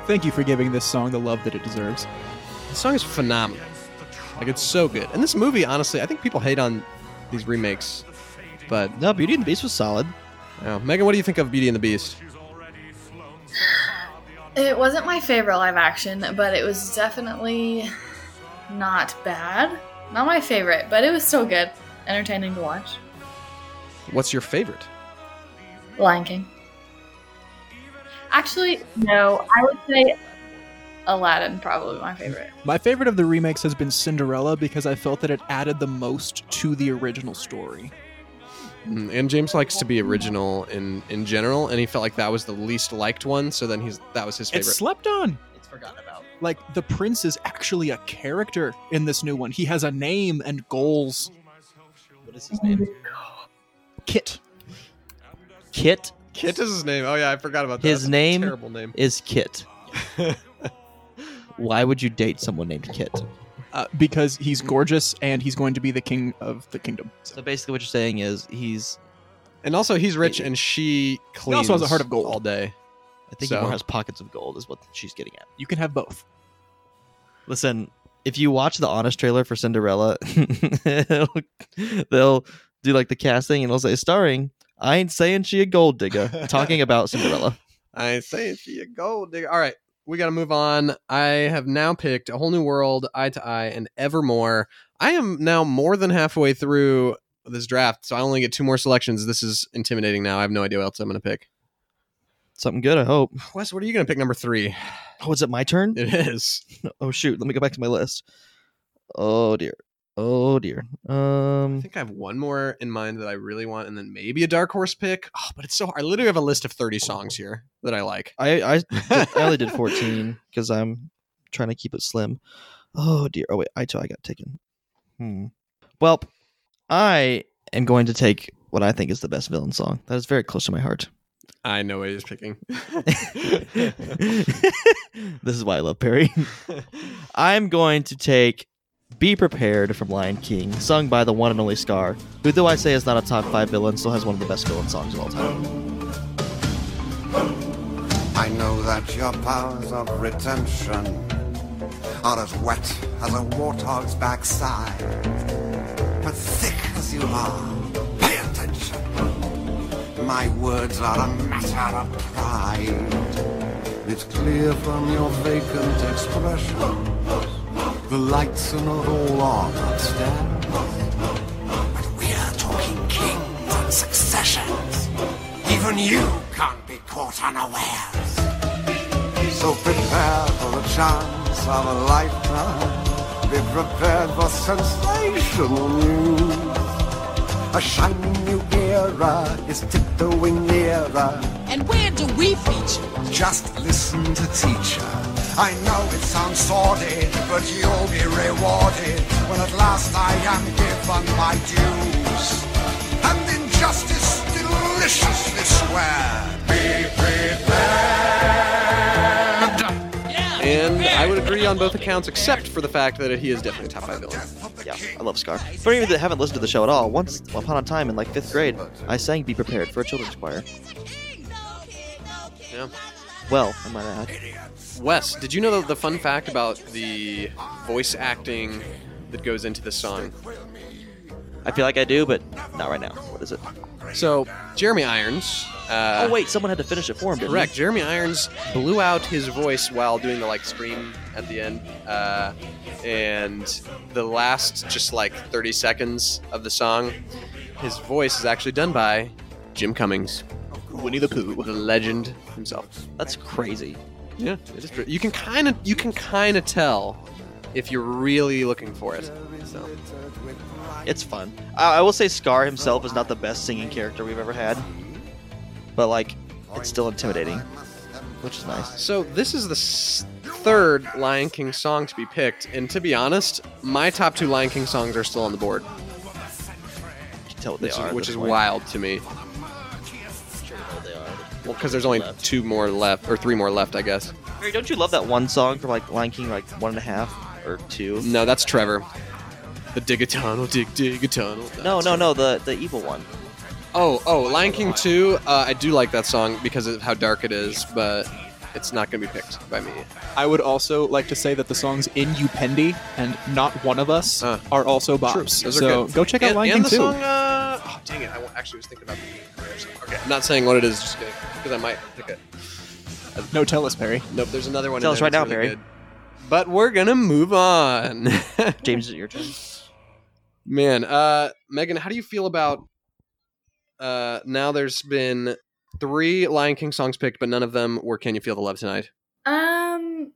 Speaker 2: Thank you for giving this song the love that it deserves.
Speaker 1: The song is phenomenal. Like, it's so good. And this movie, honestly, I think people hate on these remakes, but.
Speaker 3: No, Beauty and the Beast was solid.
Speaker 1: Oh, Megan, what do you think of Beauty and the Beast?
Speaker 4: It wasn't my favorite live action, but it was definitely not bad. Not my favorite, but it was still good. Entertaining to watch.
Speaker 1: What's your favorite?
Speaker 4: Lion King. Actually, no, I would say Aladdin probably my favorite.
Speaker 2: My favorite of the remakes has been Cinderella because I felt that it added the most to the original story.
Speaker 1: Mm, And James likes to be original in in general, and he felt like that was the least liked one. So then he's that was his
Speaker 2: It's
Speaker 1: favorite.
Speaker 2: slept on.
Speaker 3: It's forgotten about.
Speaker 2: Like the prince is actually a character in this new one. He has a name and goals.
Speaker 3: What is his name?
Speaker 2: Kit.
Speaker 3: Kit
Speaker 1: Kit is his name. Oh yeah, I forgot about that.
Speaker 3: His
Speaker 1: That's a
Speaker 3: name-
Speaker 1: terrible name.
Speaker 3: is Kit. Why would you date someone named Kit?
Speaker 2: Uh, because
Speaker 1: Mm.
Speaker 2: he's gorgeous and he's going to be the king of the kingdom.
Speaker 3: So basically, what you're saying is he's.
Speaker 1: And also, he's rich, and she
Speaker 2: He
Speaker 1: cleans.
Speaker 2: also has a heart of gold.
Speaker 1: all day.
Speaker 3: I think
Speaker 1: So-
Speaker 3: he more has pockets of gold, is what she's getting at.
Speaker 2: You can have both.
Speaker 3: Listen, if you watch the honest trailer for Cinderella, it'll- they'll do like the casting and it'll say starring. I ain't saying she a gold digger. Talking about Cinderella.
Speaker 1: I ain't saying she a gold digger. All right, we got to move on. I have now picked A Whole New World, Eye to Eye, and Evermore. I am now more than halfway through this draft, so I only get two more selections. This is intimidating now. I have no idea what else I'm going to pick.
Speaker 3: Something good, I hope.
Speaker 1: Wes, what are you going to pick number three?
Speaker 3: Oh, is it my turn?
Speaker 1: It is.
Speaker 3: Oh shoot, let me go back to my list. Oh dear. Oh dear.
Speaker 1: I
Speaker 3: Um
Speaker 1: think I have one more in mind that I really want, and then maybe a dark horse pick. Oh, but it's so hard. I literally have a list of 30 songs here that I like.
Speaker 3: I I, I only did 14 cuz I'm trying to keep it slim. Oh dear. Oh wait, I too I got taken. Hmm. Well, I am going to take what I think is the best villain song. That is very close to my heart.
Speaker 1: I know what he's picking.
Speaker 3: this is why I love Perry. I'm going to take Be Prepared from Lion King, sung by the one and only Scar, who, though I say is not a top five villain, still has one of the best villain songs of all time.
Speaker 11: I know that your powers of retention are as wet as a warthog's backside. But thick as you are, pay attention. My words are a matter of pride. It's clear from your vacant expression. The lights are not all on upstairs. But we're talking kings and successions. Even you can't be caught unawares. So prepare for the chance of a lifetime. Be prepared for sensational news. A shining new era is tiptoeing nearer.
Speaker 5: And where do we feature?
Speaker 11: Just listen to teacher. I know it sounds sordid, but you'll be rewarded when at last I am given my dues. And injustice deliciously square. Be prepared.
Speaker 1: And I would agree on both accounts, except for the fact that he is definitely a top five villain.
Speaker 11: Death of the
Speaker 3: Yeah,
Speaker 11: king.
Speaker 3: I love Scar. For any of you that haven't listened to the show at all, once upon a time in like fifth grade, I sang Be Prepared for a children's choir.
Speaker 1: Yeah.
Speaker 3: Well, I might add.
Speaker 1: Wes, did you know the fun fact about the voice acting that goes into this song?
Speaker 3: I feel like I do, but not right now. What is it?
Speaker 1: So, Jeremy Irons. Uh,
Speaker 3: oh, wait, someone had to finish it for him. didn't
Speaker 1: Correct. Jeremy Irons blew out his voice while doing the like scream at the end, uh, and the last just like 30 seconds of the song, his voice is actually done by Jim Cummings, Winnie the Pooh, the legend himself.
Speaker 3: he? That's crazy.
Speaker 1: Yeah, it is. pretty- You can kind of you can kind of tell if you're really looking for it. So.
Speaker 3: It's fun. I, I will say Scar himself is not the best singing character we've ever had, but like, it's still intimidating, which is nice.
Speaker 1: So this is the s- third Lion King song to be picked, and to be honest, my top two Lion King songs are still on the board,
Speaker 3: You can tell what they
Speaker 1: which
Speaker 3: are,
Speaker 1: is,
Speaker 3: at
Speaker 1: which
Speaker 3: this
Speaker 1: is
Speaker 3: point.
Speaker 1: wild to me.
Speaker 3: What they are.
Speaker 1: Well, because there's only
Speaker 3: Left.
Speaker 1: two more left, or three more left, I guess.
Speaker 3: Mary, don't you love that one song from like Lion King, like one and a half or two?
Speaker 1: No, that's Trevor. The dig a tunnel, dig dig a tunnel.
Speaker 3: No, no, no, the the evil one.
Speaker 1: Oh, oh, Lion King two. Uh, I do like that song because of how dark it is, but it's not gonna be picked by me.
Speaker 2: I would also like to say that the songs In Upendi and Not One of Us
Speaker 1: Uh,
Speaker 2: are also bops.
Speaker 1: True. Those are
Speaker 2: So
Speaker 1: good.
Speaker 2: go check out
Speaker 1: and,
Speaker 2: Lion
Speaker 1: and
Speaker 2: King
Speaker 1: the
Speaker 2: too.
Speaker 1: Song, uh, oh, dang it! I wa- actually was thinking about the career song. Okay, I'm not saying what it is, just kidding, because I might pick it.
Speaker 2: No, tell us, Perry.
Speaker 1: Nope, there's another one.
Speaker 3: Tell
Speaker 1: in
Speaker 3: us
Speaker 1: there
Speaker 3: right
Speaker 1: that's
Speaker 3: now,
Speaker 1: really
Speaker 3: Barry.
Speaker 1: good. But we're gonna move on.
Speaker 3: James, is it your turn?
Speaker 1: Man, uh, Megan, how do you feel about uh, now? There's been three Lion King songs picked, but none of them were "Can You Feel the Love Tonight."
Speaker 4: Um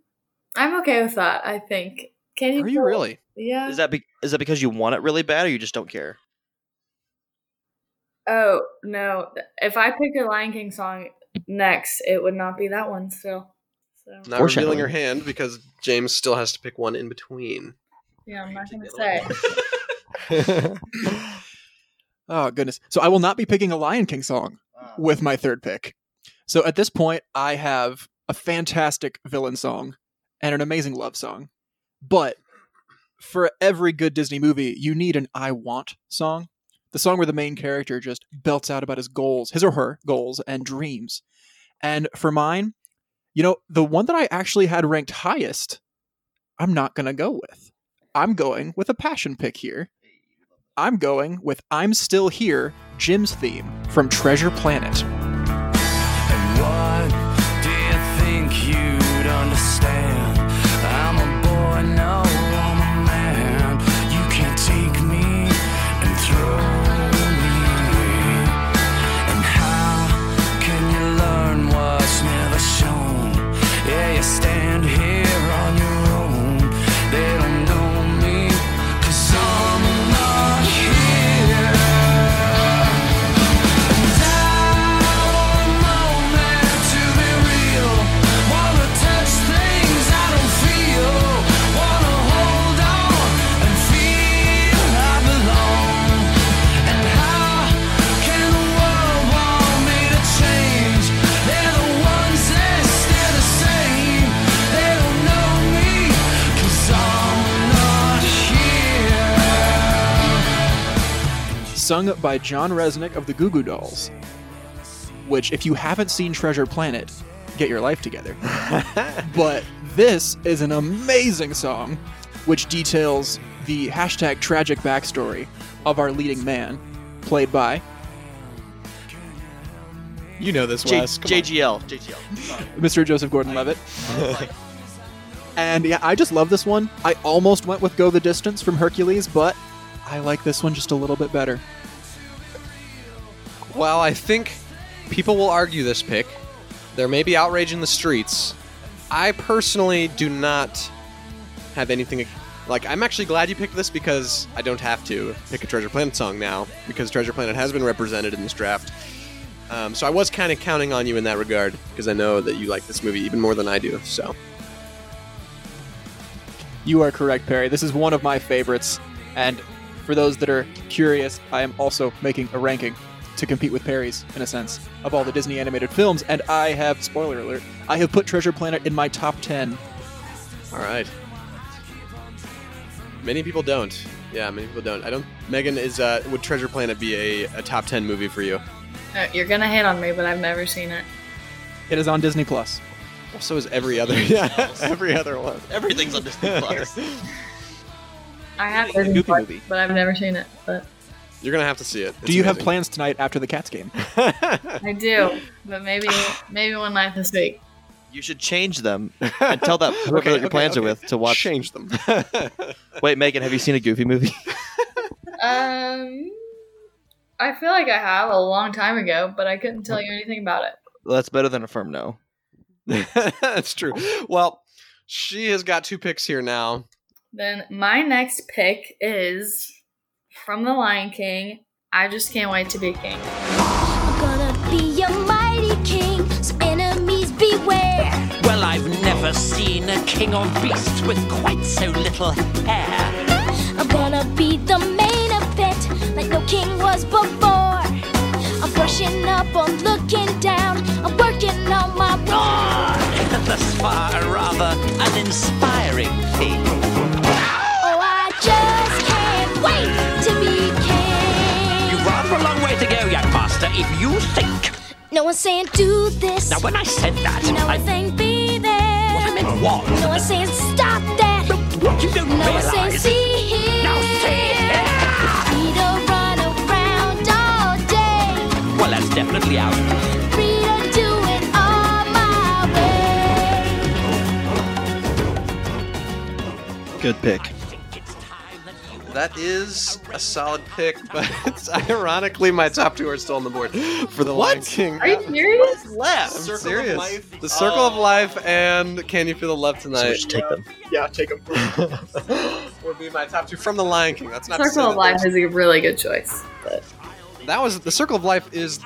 Speaker 4: I'm okay with that. I think. Can you?
Speaker 1: Are you
Speaker 4: pull-
Speaker 1: really?
Speaker 4: Yeah.
Speaker 3: Is that be- is that because you want it really bad, or you just don't care?
Speaker 4: oh no! If I picked a Lion King song next, it would not be that one still. So
Speaker 1: Not revealing
Speaker 3: Foreshadowing.
Speaker 1: her hand because James still has to pick one in between.
Speaker 4: yeah, I'm not gonna say.
Speaker 2: Oh goodness. So I will not be picking a Lion King song with my third pick. So at this point I have a fantastic villain song and an amazing love song. But for every good Disney movie, you need an I want song. The song where the main character just belts out about his goals, his or her goals and dreams. And for mine, you know, the one that I actually had ranked highest, I'm not going to go with. I'm going with a passion pick here. I'm going with I'm Still Here, Jim's theme from Treasure Planet.
Speaker 5: And what do you think you'd understand? I'm a boy, no, I'm a man. You can't take me and throw me away. And how can you learn what's never shown? Yeah, you stand here on your own. They don't know me, cause I'm not here.
Speaker 2: Sung by John Resnick of the Goo Goo Dolls. Which, if you haven't seen Treasure Planet, get your life together. but this is an amazing song which details the hashtag tragic backstory of our leading man, played by
Speaker 1: You know this,
Speaker 3: J-
Speaker 1: Wes. Come on.
Speaker 3: JGL, JGL.
Speaker 2: Mr. Joseph Gordon Levitt. and yeah, I just love this one. I almost went with Go the Distance from Hercules, but I like this one just a little bit better.
Speaker 1: While I think people will argue this pick, there may be outrage in the streets. I personally do not have anything. ag- Like, I'm actually glad you picked this because I don't have to pick a Treasure Planet song now because Treasure Planet has been represented in this draft. Um, so I was kind of counting on you in that regard because I know that you like this movie even more than I do. So
Speaker 2: You are correct, Perry. This is one of my favorites. And for those that are curious, I am also making a ranking to compete with Perry's, in a sense, of all the Disney animated films. And I have, spoiler alert, I have put Treasure Planet in my top 10.
Speaker 1: All right. Many people don't. Yeah, many people don't. I don't. Megan is. Uh, would Treasure Planet be a, a top ten movie for you?
Speaker 4: No, Uh, you're gonna hate on me, but I've never seen it.
Speaker 2: It is on Disney Plus.
Speaker 1: Well, so is every other. Yeah, every other one.
Speaker 3: Everything's on Disney Plus.
Speaker 4: I have
Speaker 3: Goofy
Speaker 4: Disney Plus,
Speaker 3: movie.
Speaker 4: but I've never seen it. But
Speaker 1: You're gonna have to see it. It's
Speaker 2: Do you have
Speaker 1: amazing.
Speaker 2: plans tonight after the Cats game?
Speaker 4: I do. But maybe maybe one night this week.
Speaker 3: you should change them and tell that whoever
Speaker 1: Okay,
Speaker 3: that your
Speaker 1: okay,
Speaker 3: plans
Speaker 1: okay.
Speaker 3: are with to watch.
Speaker 1: Change them.
Speaker 3: Wait, Megan, have you seen a Goofy movie?
Speaker 4: Um, I feel like I have a long time ago, but I couldn't tell you anything about it.
Speaker 3: That's better than a firm no.
Speaker 1: That's true. Well, she has got two picks here now.
Speaker 4: Then my next pick is from The Lion King. I just can't wait to be king.
Speaker 12: I'm gonna be a mighty king, so enemies beware.
Speaker 5: Well, I've never seen a king or beast with quite so little hair.
Speaker 12: I'm gonna be the main event, like no king was before. I'm brushing up, I'm looking down, I'm working on my roar.
Speaker 5: Thus far, a rather uninspiring thing.
Speaker 12: Oh, I just can't wait to be
Speaker 5: You've
Speaker 12: king.
Speaker 5: rather a long way to go, young master, if you think.
Speaker 12: No one's saying do this.
Speaker 5: Now, when I said that,
Speaker 12: No
Speaker 5: I
Speaker 12: one's saying be there.
Speaker 5: I meant what?
Speaker 12: No one's saying stop that.
Speaker 5: What you don't
Speaker 12: No one's saying
Speaker 5: realize.
Speaker 12: see here.
Speaker 5: Now, see here.
Speaker 12: Free to run around all day.
Speaker 5: Well, that's definitely out.
Speaker 12: Free to do it all my way.
Speaker 3: Good pick.
Speaker 5: I think it's time that you were
Speaker 1: That is a solid pick, but it's ironically my top two are still on the board for the Lion King.
Speaker 4: Are you serious?
Speaker 1: I'm
Speaker 3: Left.
Speaker 1: serious. The Circle of Life and Can You Feel the Love
Speaker 3: So we
Speaker 1: Tonight
Speaker 3: should take them.
Speaker 1: yeah, take them. would be my top two from The Lion King. That's not to say
Speaker 4: Circle of
Speaker 1: that
Speaker 4: Life is a really good choice.
Speaker 1: there's- That was the Circle of Life is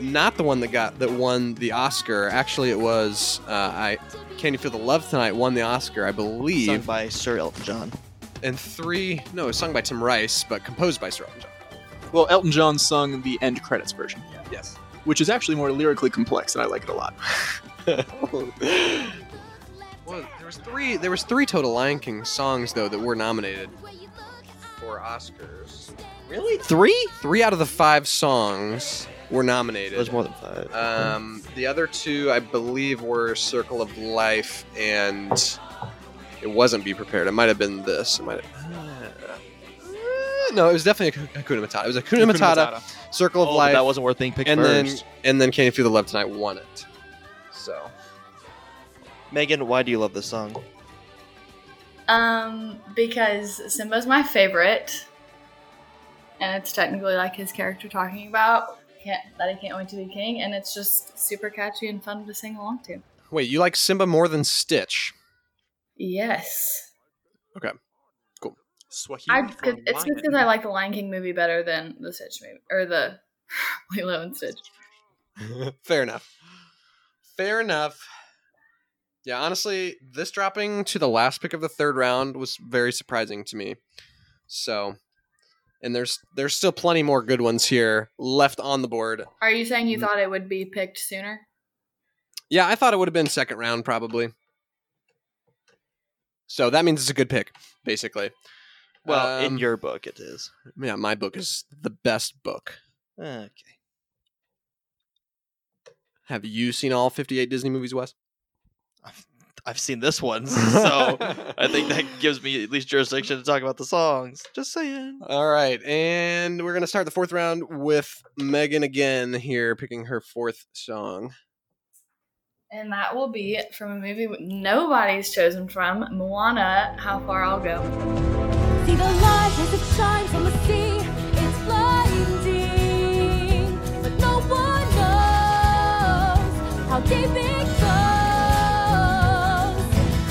Speaker 1: not the one that got that won the Oscar. Actually, it was uh, I. Can you feel the love tonight? Won the Oscar, I
Speaker 3: Sung
Speaker 1: believe.
Speaker 3: by Sir Elton John.
Speaker 1: And three, no, it was sung by Tim Rice, but composed by Sir Elton John.
Speaker 2: Well, Elton John sung the end credits version,
Speaker 1: Yes.
Speaker 2: which is actually more lyrically complex, and I like it a lot.
Speaker 1: Well, there was three. There was three total Lion King songs though that were nominated for Oscars. Really?
Speaker 3: Three?
Speaker 1: Three out of the five songs were nominated.
Speaker 3: There's more than five.
Speaker 1: Um, the other two, I believe, were Circle of Life and it wasn't Be Prepared. It might have been this. It might. Have, Uh, no, it was definitely Hakuna Matata. It was Hakuna, Matata, Circle of
Speaker 3: Oh, but
Speaker 1: Life,
Speaker 3: that wasn't worth being picked
Speaker 1: and
Speaker 3: first.
Speaker 1: then and then Can You Feel the Love Tonight won it. So
Speaker 3: Megan, why do you love this song?
Speaker 4: Um, because Simba's my favorite, and it's technically like his character talking about can't, that he can't wait to be king, and it's just super catchy and fun to sing along to.
Speaker 1: wait, you like Simba more than Stitch?
Speaker 4: Yes,
Speaker 2: Swahili
Speaker 4: I, cause, it's just because I like the Lion King movie better than the Stitch movie or the Lilo and Stitch.
Speaker 1: Fair enough. Fair enough. Yeah, honestly, this dropping to the last pick of the third round was very surprising to me. So, and there's there's still plenty more good ones here left on the board.
Speaker 4: Are you saying you thought it would be picked sooner?
Speaker 1: Yeah, I thought it would have been second round probably. So that means it's a good pick, basically.
Speaker 3: Well, in
Speaker 1: Um,
Speaker 3: your book, it is. Eh,
Speaker 1: yeah, my book is the best book.
Speaker 3: Okay.
Speaker 1: Have you seen all 58 Disney movies, Wes?
Speaker 3: I've seen this one, so I think that gives me at least jurisdiction to talk about the songs. Just saying.
Speaker 1: All right, and we're gonna start the fourth round with Megan again here, picking her fourth song.
Speaker 4: And that will be it from a movie nobody's chosen from Moana. How far I'll go.
Speaker 6: See the light as it shines on the sea. It's blinding, but no one knows how deep it goes.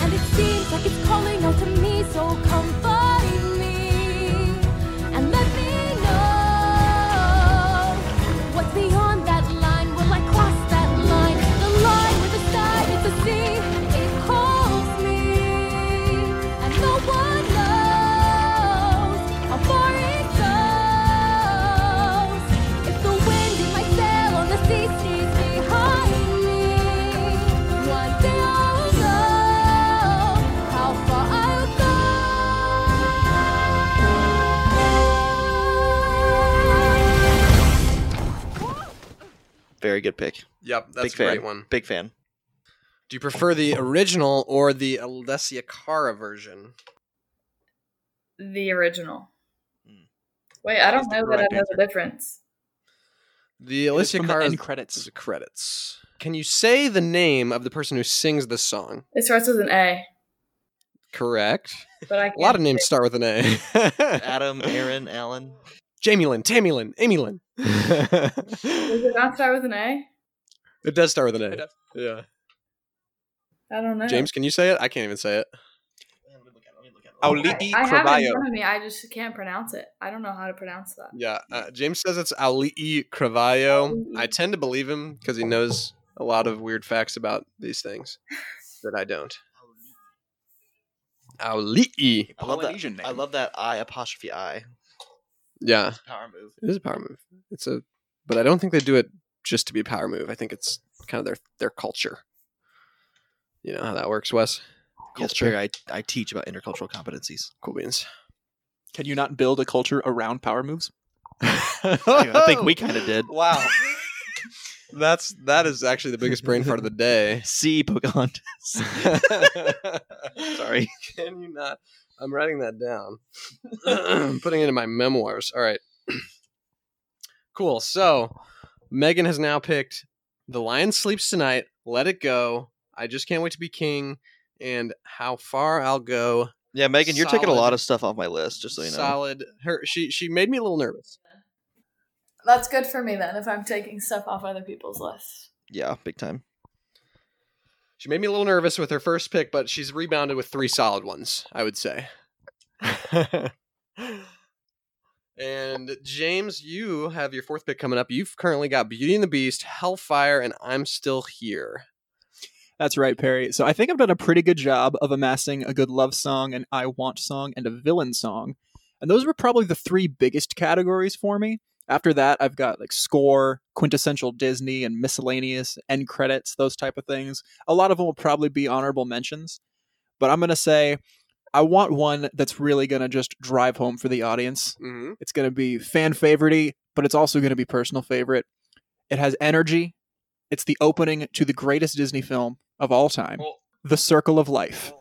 Speaker 6: And it seems like it's calling out to me, so come find me and let me know what's beyond that line. Will I cross that line? The line with the sky is the sea. It calls me and no one knows how far it goes. If the wind in my sail on the sea stays behind me, one day I'll know how far I'll go.
Speaker 3: Very good pick.
Speaker 1: Yep, that's
Speaker 3: Big
Speaker 1: a
Speaker 3: fan.
Speaker 1: great one.
Speaker 3: Big fan.
Speaker 1: Do you prefer the original or the Alessia Cara version?
Speaker 4: The original.
Speaker 3: Hmm.
Speaker 4: Wait, I
Speaker 1: Is
Speaker 4: don't
Speaker 1: the
Speaker 4: know that I
Speaker 1: correct
Speaker 4: know the difference.
Speaker 1: The
Speaker 2: It's
Speaker 1: Alessia
Speaker 2: from
Speaker 1: Cara
Speaker 2: the end
Speaker 1: is
Speaker 2: credits.
Speaker 1: the credits. Can you say the name of the person who sings this song?
Speaker 4: It starts with an A,
Speaker 1: Correct.
Speaker 4: but I
Speaker 1: A lot
Speaker 4: can't
Speaker 1: of names start with an A.
Speaker 3: Adam, Aaron, Alan.
Speaker 1: Jamie Lynn, Tammy Lynn, Amy Lynn.
Speaker 4: Does
Speaker 1: it
Speaker 4: it not start with an A?
Speaker 1: does start with
Speaker 2: It
Speaker 1: an A.
Speaker 2: does.
Speaker 1: Yeah.
Speaker 4: I don't know.
Speaker 1: James, can you say it? I can't even say it.
Speaker 2: Auliti
Speaker 4: I have it in
Speaker 2: Cravalho.
Speaker 4: front of me. I just can't pronounce it. I don't know how to pronounce that.
Speaker 1: Yeah, uh, James says it's Ali'i Cravalho.
Speaker 4: Ali'i.
Speaker 1: I tend to believe him because he knows a lot of weird facts about these things that I don't. Ali'i.
Speaker 3: I love that.
Speaker 2: Polynesian name.
Speaker 3: I love that I apostrophe I.
Speaker 1: Yeah,
Speaker 3: Power move.
Speaker 1: it is a power move. It's a, but I don't think they do it just to be a power move. I think it's kind of their their culture. You know how that works, Wes.
Speaker 3: Yes,
Speaker 1: Culture.
Speaker 3: Barry, I, I teach about intercultural competencies.
Speaker 1: Cool beans.
Speaker 2: Can you not build a culture around power moves?
Speaker 1: I
Speaker 3: think we kinda did.
Speaker 1: Wow. That's that is actually the biggest brain fart of the day.
Speaker 3: See Pocahontas. Sorry.
Speaker 1: Can you not? I'm writing that down. Putting it in my memoirs. All right. cool. So Megan has now picked The Lion Sleeps Tonight, Let It Go, I Just Can't Wait to Be King, and How Far I'll Go
Speaker 3: Yeah, Megan, you're taking a lot
Speaker 1: Solid.
Speaker 3: of stuff off my list, just so you know.
Speaker 1: Solid. Her she she made me a little nervous.
Speaker 4: That's good for me then if I'm taking stuff off other people's lists.
Speaker 3: Yeah, big time.
Speaker 1: She made me a little nervous with her first pick, but she's rebounded with three solid ones, I would say. and James, you have your fourth pick coming up. You've currently got Beauty and the Beast, Hellfire, and I'm Still Here.
Speaker 2: That's right, Perry. So I think I've done a pretty good job of amassing a good love song, an I want song, and a villain song. And those were probably the three biggest categories for me. After that, I've got like score, quintessential Disney, and miscellaneous, end credits, those type of things. A lot of them will probably be honorable mentions. But I'm going to say I want one that's really going to just drive home for the audience.
Speaker 1: Mm-hmm.
Speaker 2: It's going to be fan favorite, but it's also going to be personal favorite. It has energy. It's the opening to the greatest Disney film of all time,
Speaker 1: Well-
Speaker 2: The Circle of Life.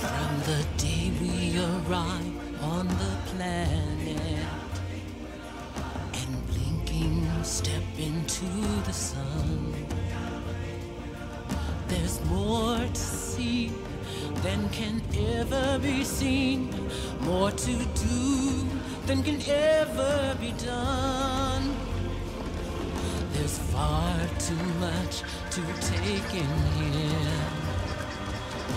Speaker 5: From the day we arrive on the planet and blinking step into the sun, there's more to see than can ever be seen, more to do than can ever be done. There's far too much to take in here.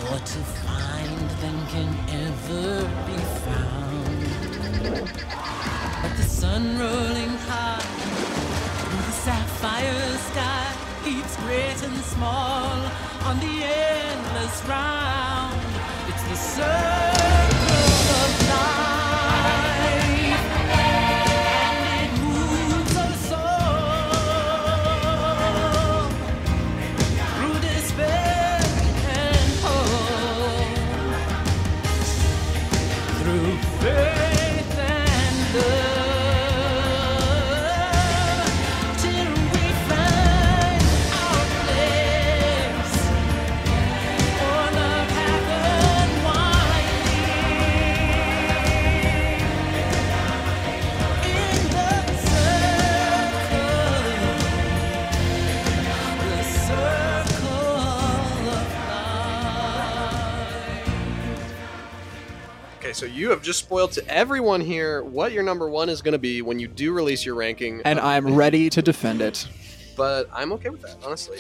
Speaker 5: More to find than can ever be found. But the sun rolling high in the sapphire sky keeps great and small on the endless round. It's the circle of life. and it moves us all through despair and hope, through faith and love, till we find our place on the path unwinding in the circle the circle of life.
Speaker 1: Okay, so you have just spoiled to everyone here what your number one is going to be when you do release your ranking,
Speaker 2: And I'm ready to defend it.
Speaker 1: but I'm okay with that, honestly.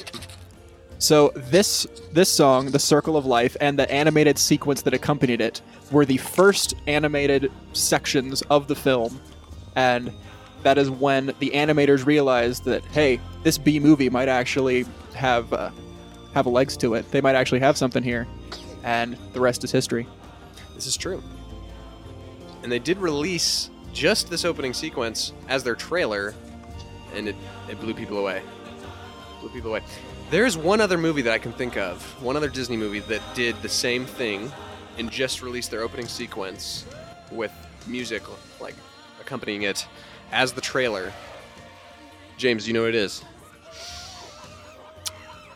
Speaker 2: So this this song, The Circle of Life, and the animated sequence that accompanied it were the first animated sections of the film, and that is when the animators realized that hey, this B movie might actually have uh, have legs to it. They might actually have something here, and the rest is history.
Speaker 1: This is true. And they did release just this opening sequence as their trailer, and it, it blew people away. Blew people away. There's one other movie that I can think of, one other Disney movie that did the same thing and just released their opening sequence with music like accompanying it as the trailer. James, you know what it is.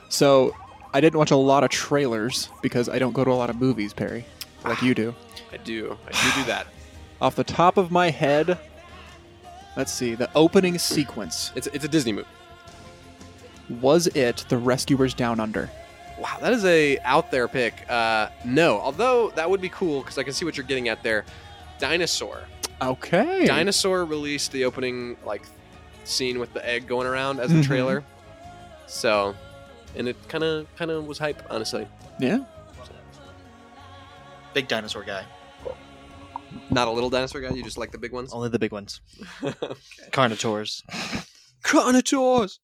Speaker 2: So I didn't watch a lot of trailers because I don't go to a lot of movies, Perry, like you do.
Speaker 1: I do. I do do that.
Speaker 2: Off the top of my head, let's see the opening sequence.
Speaker 1: It's, it's a Disney movie.
Speaker 2: Was it The Rescuers Down Under?
Speaker 1: Wow, that is a out there pick. Uh, no, although that would be cool because I can see what you're getting at there. Dinosaur.
Speaker 3: Hmm.
Speaker 2: Okay.
Speaker 1: Dinosaur released the opening like scene with the egg going around as a
Speaker 3: Mm-hmm.
Speaker 2: Mhm.
Speaker 1: trailer. So, and it kind of kind of was hype, honestly.
Speaker 2: yeah.
Speaker 3: Big dinosaur guy.
Speaker 1: Not a little dinosaur guy. You just like the big ones.
Speaker 3: Only the big ones. Carnotaurs.
Speaker 1: Carnotaurs.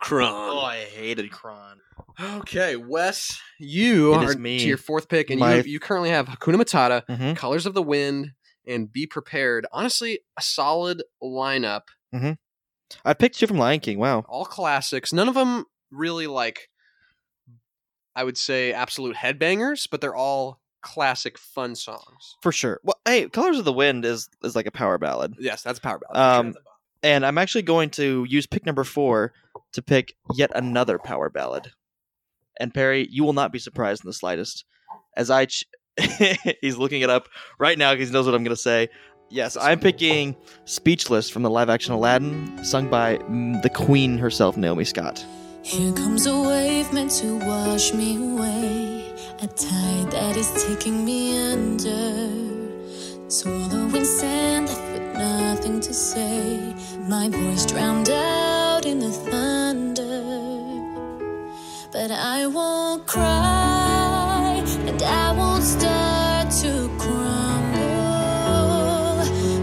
Speaker 1: Kron.
Speaker 3: I hated Kron.
Speaker 1: Okay, Wes, you
Speaker 3: It
Speaker 1: are
Speaker 3: is
Speaker 1: to
Speaker 3: me.
Speaker 1: your fourth pick, and
Speaker 3: My-
Speaker 1: you, you currently have Hakuna Matata,
Speaker 3: Mhm.
Speaker 1: Colors of the Wind, and Be Prepared. Honestly, a solid lineup,
Speaker 3: I picked two from Lion King. Wow.
Speaker 1: all classics. None of them really like, I would say, absolute headbangers, but they're all classic fun songs.
Speaker 3: For sure. Well, hey, Colors of the Wind is is like a power ballad.
Speaker 1: Yes, that's a power ballad.
Speaker 3: Um and I'm actually going to use pick number 4 to pick yet another power ballad. And Perry, you will not be surprised in the slightest as I ch- he's looking it up right now because he knows what I'm going to say. Yes, I'm picking Speechless from the live action Aladdin sung by mm, the queen herself Naomi Scott.
Speaker 5: Here comes a wave meant to wash me away. A tide that is taking me under. Swallowing sand left with nothing to say. My voice drowned out in the thunder. But I won't cry, and I won't start to crumble.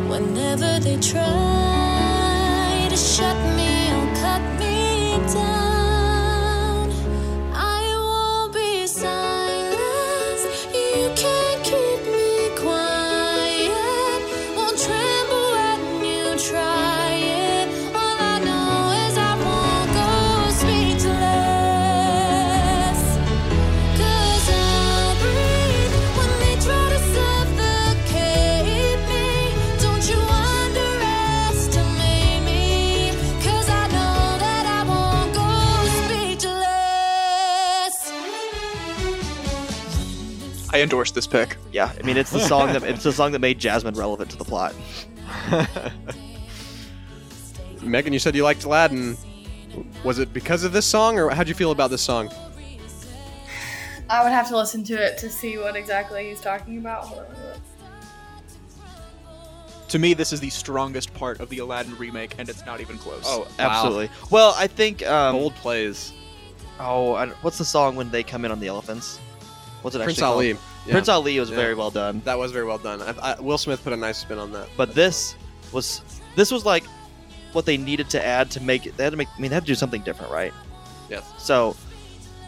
Speaker 5: Whenever they try to shut me or cut me down, I won't be silenced. You can't keep me quiet. Won't tremble when you try it. All I know is I won't go speechless. 'Cause I'll breathe when they try to suffocate me. Don't you underestimate me? 'Cause I know that I won't go speechless.
Speaker 2: I endorse this pick.
Speaker 3: Yeah, I mean it's the song that it's the song that made Jasmine relevant to the plot.
Speaker 1: Um, Megan, you said you liked Aladdin. Was it because of this song, or how'd you feel about this song?
Speaker 4: I would have to listen to it to see what exactly he's talking about. Hold on a minute.
Speaker 2: To me, this is the strongest part of the Aladdin remake, and it's not even close.
Speaker 3: Oh, absolutely. Well, I think um,
Speaker 1: Oh, Bold plays.
Speaker 3: Oh, I, don't- what's the song when they come in on the elephants? What's it
Speaker 1: Prince
Speaker 3: actually
Speaker 1: Ali.
Speaker 3: called?
Speaker 1: Yeah.
Speaker 3: Prince Ali was
Speaker 1: Yeah.
Speaker 3: very well done,
Speaker 1: That was very well done. I, I, Will Smith put a nice spin on that.
Speaker 3: but this was this was like what they needed to add to make it. They had to make. I mean, they had to do something different, right?
Speaker 1: Yes.
Speaker 3: So,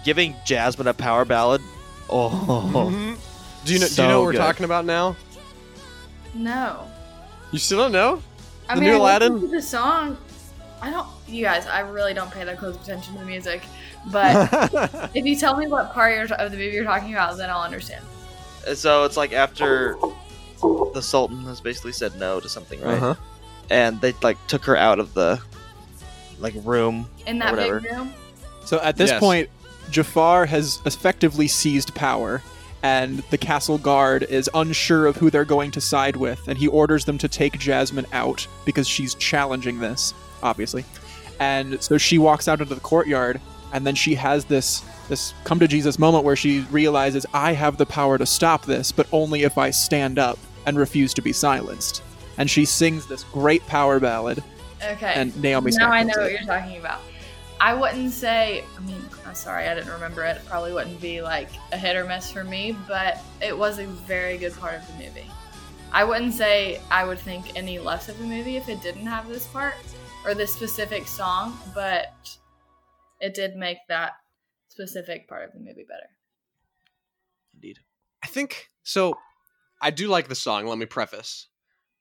Speaker 3: giving Jasmine a power ballad. Oh,
Speaker 1: Mhm. Do you know? do
Speaker 3: So
Speaker 1: you know what we're
Speaker 3: good.
Speaker 1: talking about now?
Speaker 4: No.
Speaker 1: You still don't know?
Speaker 4: I
Speaker 1: The
Speaker 4: mean,
Speaker 1: new
Speaker 4: I listened
Speaker 1: Aladdin?
Speaker 4: to The song. I don't. You guys, I really don't pay that close attention to the music. But if you tell me what part you're, of the movie you're talking about, then I'll understand.
Speaker 3: so it's like after the Sultan has basically said no to something, right?
Speaker 1: Uh-huh.
Speaker 3: And they like took her out of the like room.
Speaker 4: In that
Speaker 3: Whatever.
Speaker 4: big room,
Speaker 2: So at this
Speaker 1: Yes.
Speaker 2: point, Jafar has effectively seized power, and the castle guard is unsure of who they're going to side with, and he orders them to take Jasmine out because she's challenging this, obviously. And so she walks out into the courtyard, and then she has this this come to Jesus moment where she realizes I have the power to stop this, but only if I stand up and refuse to be silenced. And she sings this great power ballad,
Speaker 4: Okay.
Speaker 2: and Naomi.
Speaker 4: now
Speaker 2: Scott
Speaker 4: I
Speaker 2: comes
Speaker 4: know
Speaker 2: in.
Speaker 4: what you're talking about. I wouldn't say. I mean, I'm sorry, I didn't remember it. It probably wouldn't be like a hit or miss for me, but it was a very good part of the movie. I wouldn't say I would think any less of the movie if it didn't have this part or this specific song, but it did make that specific part of the movie better.
Speaker 3: Indeed.
Speaker 1: I think so. I do like the song. Let me preface,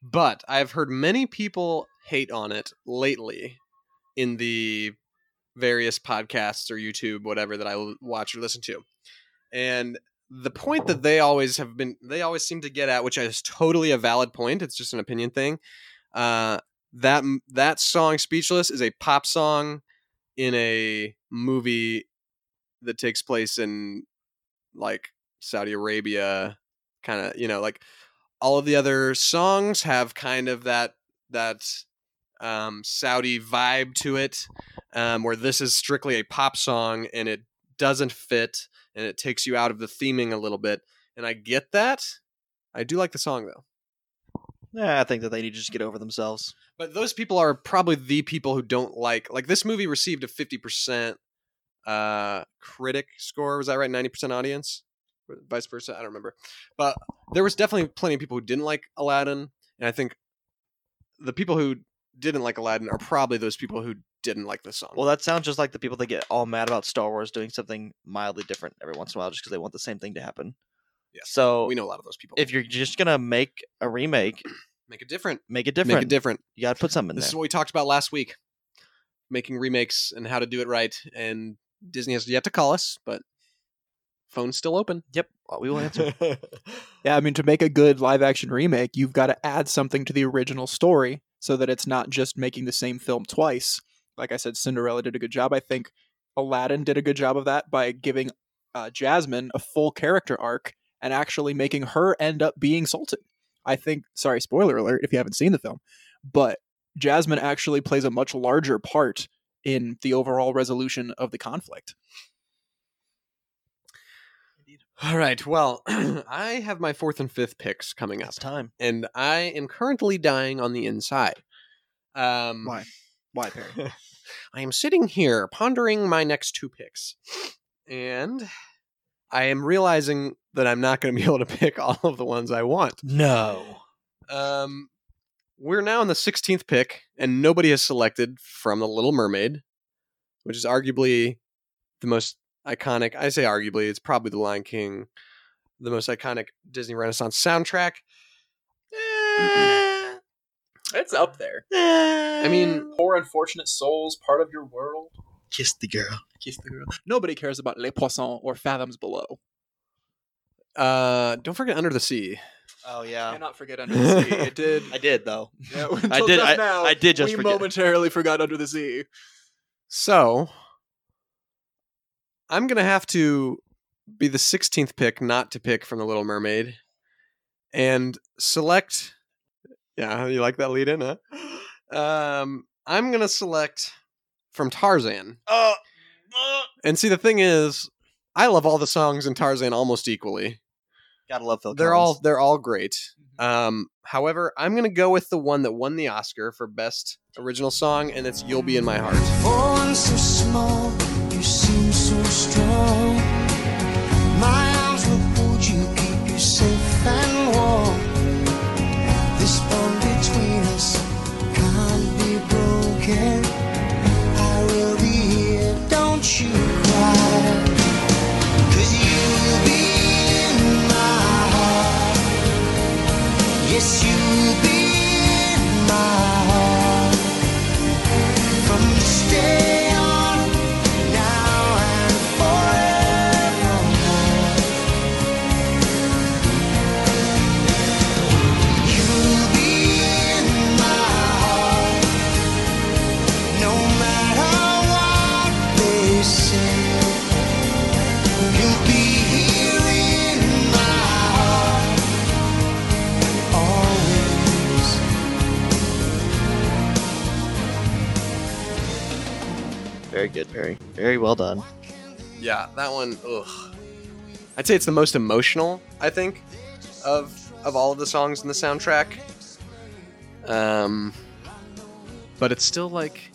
Speaker 1: but I've heard many people hate on it lately in the various podcasts or YouTube, whatever that I l- watch or listen to, and the point that they always have been, they always seem to get at, which is totally a valid point. It's just an opinion thing. Uh, that m- that song, "Speechless," is a pop song in a movie that takes place in like Saudi Arabia, kind of, you know, like all of the other songs have kind of that that um, Saudi vibe to it, um, where this is strictly a pop song and it doesn't fit and it takes you out of the theming a little bit. And I get that. I do like the song though.
Speaker 3: Yeah, I think that they need to just get over themselves.
Speaker 1: But those people are probably the people who don't like like this movie received a fifty percent uh critic score. Was that right? Ninety percent audience, Or vice versa. I don't remember. But there was definitely plenty of people who didn't like Aladdin, and I think the people who didn't like Aladdin are probably those people who didn't like this song.
Speaker 3: Well, that sounds just like the people that get all mad about Star Wars doing something mildly different every once in a while just because they want the same thing to happen.
Speaker 1: Yeah.
Speaker 3: So
Speaker 1: we know a lot of those people.
Speaker 3: if you're just gonna make a remake,
Speaker 1: make it different,
Speaker 3: make it different.
Speaker 1: make it different.
Speaker 3: You gotta put something in
Speaker 1: This is
Speaker 3: there.
Speaker 1: what we talked about last week, making remakes and how to do it right. And Disney has yet to call us, but phone's still open.
Speaker 3: Yep, we will answer.
Speaker 2: Yeah, I mean, to make a good live action remake, you've got to add something to the original story so that it's not just making the same film twice. Like I said, Cinderella did a good job. I think Aladdin did a good job of that by giving uh, Jasmine a full character arc and actually making her end up being Sultan. I think, sorry, spoiler alert if you haven't seen the film, but Jasmine actually plays a much larger part in the overall resolution of the conflict.
Speaker 1: All right. Well, I have my fourth and fifth picks coming up,
Speaker 3: it's time.
Speaker 1: and I am currently dying on the inside. Um,
Speaker 2: Why? Why, Perry?
Speaker 1: I am sitting here pondering my next two picks, and I am realizing that I'm not going to be able to pick all of the ones I want.
Speaker 3: No.
Speaker 1: Um, we're now on the 16th pick, and nobody has selected from The Little Mermaid, which is arguably the most iconic. I say arguably, it's probably The Lion King, the most iconic Disney Renaissance soundtrack. Eh,
Speaker 2: It's up there.
Speaker 1: I mean,
Speaker 2: Poor unfortunate souls, part of your world.
Speaker 3: Kiss the girl.
Speaker 2: Kiss the girl. Nobody cares about Les Poissons or Fathoms Below.
Speaker 1: uh, don't forget Under the Sea.
Speaker 3: Oh yeah.
Speaker 2: Cannot forget Under the Sea. It did.
Speaker 3: I did though. I
Speaker 2: Yeah, until
Speaker 3: did.
Speaker 2: just
Speaker 3: I,
Speaker 2: now,
Speaker 3: I did just
Speaker 2: we
Speaker 3: forget.
Speaker 2: momentarily forgot Under the Sea.
Speaker 1: So I'm gonna have to be the 16th pick not to pick from the Little Mermaid, and select. Yeah, you like that lead in, huh? Um, I'm gonna select from Tarzan.
Speaker 3: Oh.
Speaker 1: And see, the thing is, I love all the songs in Tarzan almost equally.
Speaker 3: Gotta love Phil.
Speaker 1: They're all
Speaker 3: Collins.
Speaker 1: they're all great.
Speaker 2: Mm-hmm.
Speaker 1: Um, however, I'm gonna go with the one that won the Oscar for best original song, and it's "You'll Be in My Heart."
Speaker 5: Born so small, you seem so strong. My arms will hold you, keep you safe and warm. This bond between us can't be broken. I will be here, don't you cry. Cause you will be in my heart. Yes, you will be in my heart. From this day on, now and forevermore. You'll be in my heart, no matter what they say. You'll be here in my heart, always.
Speaker 3: very good, Perry. Very well done.
Speaker 1: Yeah, that one. Ugh. I'd say it's the most emotional. I think of of all of the songs in the soundtrack. Um, but it's still like,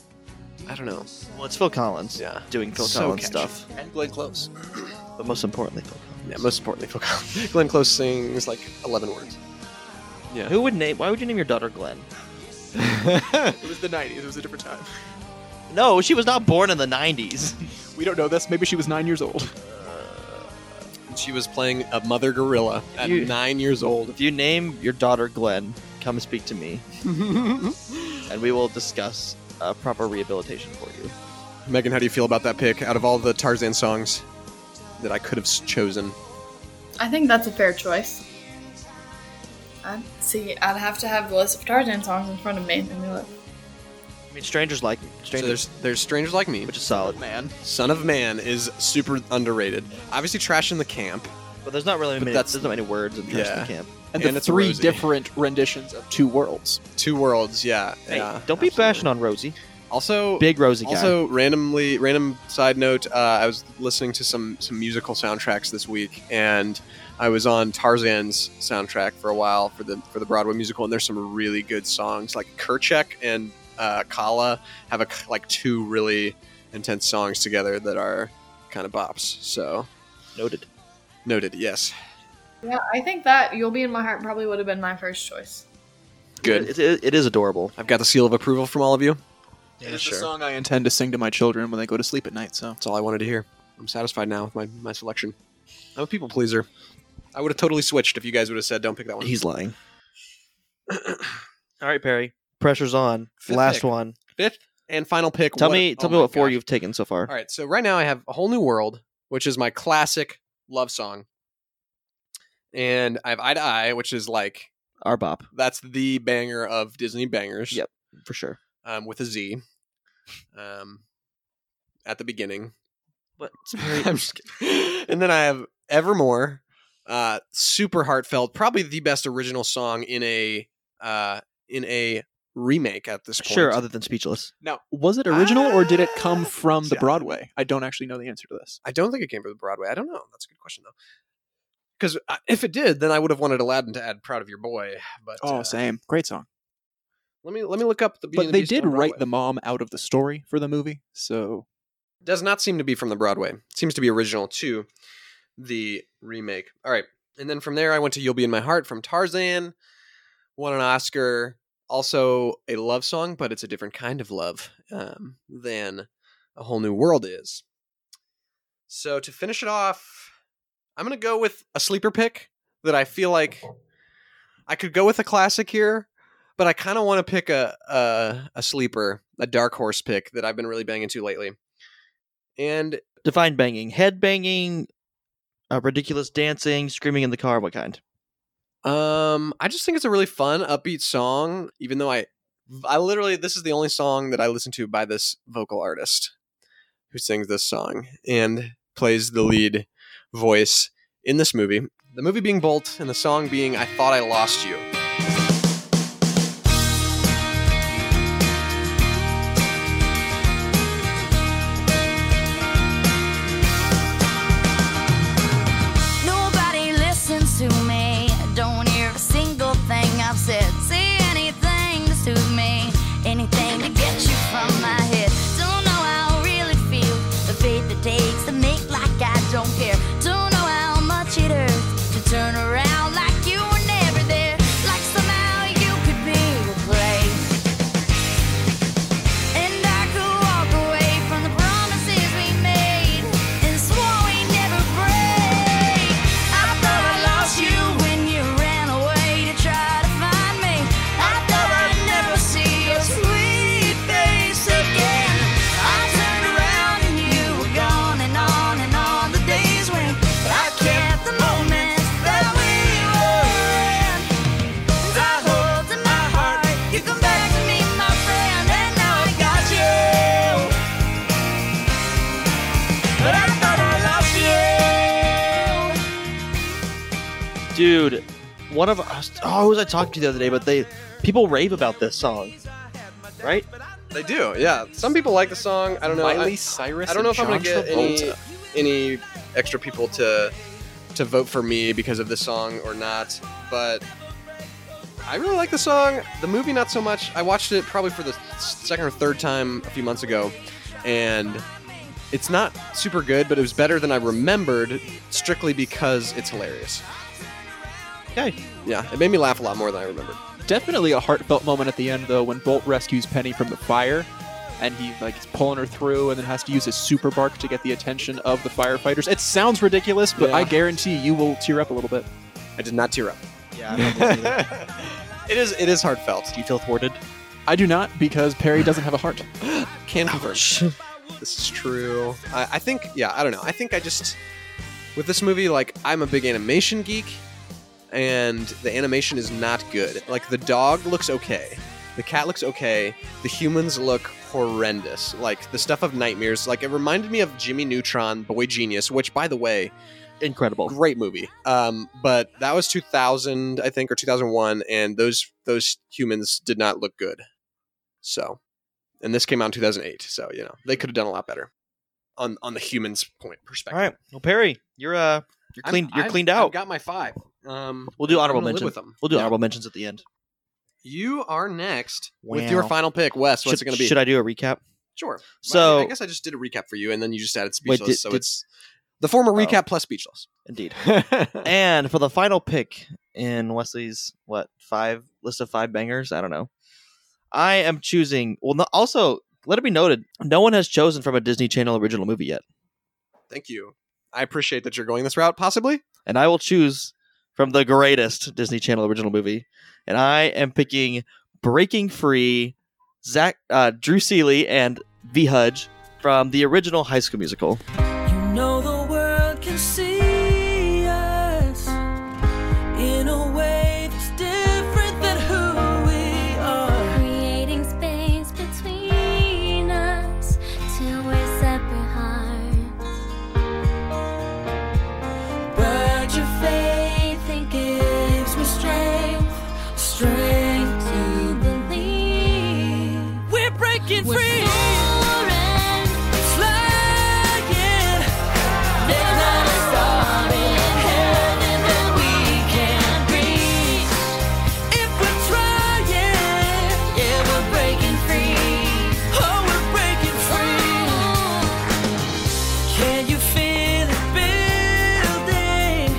Speaker 1: I don't know.
Speaker 3: Well, it's Phil Collins.
Speaker 1: Yeah.
Speaker 3: Doing Phil
Speaker 1: So
Speaker 3: Collins
Speaker 1: catchy.
Speaker 3: stuff,
Speaker 2: And Glenn Close.
Speaker 3: but most importantly, Phil Collins.
Speaker 1: Yeah, most importantly, Phil Collins. Glenn Close sings like eleven words. Yeah.
Speaker 3: Who would name? Why would you name your daughter Glenn?
Speaker 2: It was the 90s. It was a different time.
Speaker 3: No, she was not born in the '90s.
Speaker 2: We don't know this. Maybe she was nine years old.
Speaker 1: She was playing a mother gorilla at
Speaker 3: You-
Speaker 1: nine years old.
Speaker 3: If you name your daughter Glenn, come speak to me, and we will discuss uh, proper rehabilitation for you.
Speaker 1: Megan, how do you feel about that pick? Out of all the Tarzan songs that I could have s- chosen,
Speaker 4: I think that's a fair choice. I'd, see, I'd have to have the list of Tarzan songs in front of me. Let me look.
Speaker 3: I mean, strangers like me.
Speaker 1: so
Speaker 3: strangers,
Speaker 1: there's there's strangers like me,
Speaker 3: which is solid,
Speaker 2: Man.
Speaker 1: Son of Man is super underrated. Obviously, Trash in the Camp.
Speaker 3: but there's not really
Speaker 1: But
Speaker 3: many.
Speaker 1: that's-
Speaker 3: there's not many words in Trash
Speaker 1: Yeah.
Speaker 3: the Camp.
Speaker 2: And,
Speaker 1: And
Speaker 2: the
Speaker 1: it's
Speaker 2: three
Speaker 1: Rosie.
Speaker 2: different renditions of Two Worlds.
Speaker 1: Two worlds, yeah.
Speaker 3: Hey,
Speaker 1: yeah,
Speaker 3: don't be bashing on Rosie.
Speaker 1: Also,
Speaker 3: Big Rosie guy.
Speaker 1: also randomly, random side note. Uh, I was listening to some some musical soundtracks this week, and I was on Tarzan's soundtrack for a while for the for the Broadway musical. And there's some really good songs, like Kerchak and uh, Kala have a, c- like two really intense songs together that are kind of bops. So
Speaker 3: Noted.
Speaker 1: noted, yes,
Speaker 4: Yeah, I think that "You'll Be in My Heart" probably would have been my first choice.
Speaker 1: good.
Speaker 3: It, it- it is adorable.
Speaker 1: I've got the seal of approval from all of you. Yeah,
Speaker 2: it is
Speaker 1: sure.
Speaker 2: the song I intend to sing to my children when they go to sleep at night. So
Speaker 1: That's all I wanted to hear. I'm satisfied now with my, my selection. I'm a people pleaser. I would have totally switched if you guys would have said, don't pick that one.
Speaker 3: He's lying. All right, Perry. Pressure's on.
Speaker 1: Fifth
Speaker 3: Last
Speaker 1: pick.
Speaker 3: one.
Speaker 1: Fifth and final pick.
Speaker 3: Tell
Speaker 1: What-
Speaker 3: me,
Speaker 1: oh
Speaker 3: tell me
Speaker 1: my
Speaker 3: what four
Speaker 1: gosh.
Speaker 3: you've taken so far.
Speaker 1: All right, so right now I have a whole new world, which is my classic love song, and I have Eye to Eye, which is like
Speaker 3: Our bop
Speaker 1: that's the banger of Disney bangers.
Speaker 3: Yep. for sure.
Speaker 1: um, with a Z, um, at the beginning.
Speaker 3: But
Speaker 1: I'm just kidding. And then I have Evermore, uh, super heartfelt, probably the best original song in a uh, in a remake at this point.
Speaker 3: sure, other than speechless.
Speaker 1: now
Speaker 2: was it original or did it come
Speaker 1: Ah,
Speaker 2: from the
Speaker 1: yeah.
Speaker 2: Broadway? I don't actually know the answer to this.
Speaker 1: I don't think it came from the Broadway. I don't know. That's a good question though. Because if it did, then I would have wanted Aladdin to add "Proud of Your Boy." But
Speaker 2: Oh,
Speaker 1: uh,
Speaker 2: same. Great song.
Speaker 1: let me let me look up the. Beauty
Speaker 2: But
Speaker 1: and the
Speaker 2: they
Speaker 1: Beast
Speaker 2: did
Speaker 1: on
Speaker 2: write
Speaker 1: Broadway.
Speaker 2: the mom out of the story for the movie. So
Speaker 1: does not seem to be from the Broadway. Seems to be original to the remake. All right. And then from there, I went to You'll Be in My Heart from Tarzan, won an Oscar. Also a love song, but it's a different kind of love um, than A Whole New World is. So to finish it off, I'm going to go with a sleeper pick that I feel like I could go with a classic here, but I kind of want to pick a, a a sleeper, a dark horse pick that I've been really banging to lately. And
Speaker 3: Define banging, head banging, uh, ridiculous dancing, screaming in the car. What kind?
Speaker 1: um I just think it's a really fun upbeat song even though I I literally this is the only song that I listen to by this vocal artist who sings this song and plays the lead voice in this movie. The movie being Bolt and the song being I Thought I Lost You.
Speaker 12: Nobody listens to me. Don't hear a single thing I've said. Say anything to suit me. Anything to get you from my head. Don't know how I really feel. The faith it takes to make like I don't care. Don't know how much it hurts to turn around like you were never there. Like somehow you could be replaced. And I could walk away from the promises we made and swore we never break. I thought I lost you when you ran away to try to find me. I thought I'd never see your sweet face again. I turned around and you were gone and on and on the days when I kept the moments that we were in. And I hold to my heart. You come back to me, my friend, and now I got you. But I thought I lost you.
Speaker 3: Dude, one of us. Oh, who was I talking to the other day? But they people rave about this song, right?
Speaker 1: They do. Yeah. Some people like the song. I don't know.
Speaker 2: Miley
Speaker 1: I-
Speaker 2: Cyrus.
Speaker 1: I don't know
Speaker 2: and
Speaker 1: if I'm gonna
Speaker 2: John
Speaker 1: get any,
Speaker 2: Travolta.
Speaker 1: any extra people to to vote for me because of this song or not, but I really like the song. The movie, not so much. I watched it probably for the s- second or third time a few months ago, and it's not super good, but it was better than I remembered, strictly because it's hilarious.
Speaker 3: Okay.
Speaker 1: Yeah, it made me laugh a lot more than I remembered.
Speaker 2: Definitely a heartfelt moment at the end though when Bolt rescues Penny from the fire and he like is pulling her through and then has to use his super bark to get the attention of the firefighters. It sounds ridiculous, but
Speaker 1: Yeah.
Speaker 2: I guarantee you will tear up a little bit.
Speaker 1: I did not tear up.
Speaker 3: Yeah.
Speaker 1: It is it is heartfelt.
Speaker 3: Do you feel thwarted?
Speaker 2: I do not because Perry doesn't have a heart.
Speaker 1: can confirm. This is true. I, I think, yeah, I don't know. I think I just, with this movie, like, I'm a big animation geek, and the animation is not good. Like, the dog looks okay, the cat looks okay, the humans look horrendous. Like, the stuff of nightmares, like, it reminded me of Jimmy Neutron, Boy Genius, which, by the way,
Speaker 3: Incredible.
Speaker 1: great movie. Um, but that was 2000, I think, or 2001, and those those humans did not look good. So, and this came out in 2008, so you know they could have done a lot better on on the humans' point
Speaker 3: All
Speaker 1: perspective.
Speaker 3: right. Well, Perry, you're uh, you're
Speaker 1: I'm-
Speaker 3: clean. You're
Speaker 1: I've-
Speaker 3: cleaned
Speaker 1: I've
Speaker 3: out.
Speaker 1: got my five. Um,
Speaker 3: We'll do honorable
Speaker 1: I'm gonna live
Speaker 3: mentions.
Speaker 1: with them.
Speaker 3: We'll do
Speaker 1: Yeah.
Speaker 3: honorable mentions at the end.
Speaker 1: You are next with
Speaker 3: Wow.
Speaker 1: your final pick, Wes. What's
Speaker 3: should,
Speaker 1: it going to be?
Speaker 3: Should I do a recap?
Speaker 1: Sure.
Speaker 3: So-
Speaker 1: I, guess I just did a recap for you, and then you just added speechless.
Speaker 3: did-
Speaker 1: so
Speaker 3: did-
Speaker 1: it's the former
Speaker 3: Oh.
Speaker 1: recap plus speechless.
Speaker 3: Indeed. and for the final pick in Wesley's what five list of five bangers? I don't know. I am choosing. Well, no, also Let it be noted, no one has chosen from a Disney Channel original movie yet,
Speaker 1: Thank you. I appreciate that you're going this route, possibly.
Speaker 3: and I will choose from the greatest Disney Channel original movie, and I am picking Breaking Free, Zach, uh, Drew Seeley, and V Hudge from the original High School Musical.
Speaker 5: know the world can see us in a way that's different than who we are.
Speaker 6: Creating space between us till we're separate hearts.
Speaker 5: But your faith it gives me strength, strength to believe. We're breaking free. It's like it. There's not a star in heaven that we can't reach. If we're trying, yeah, we're breaking free. Oh, we're breaking free. Can you feel it building?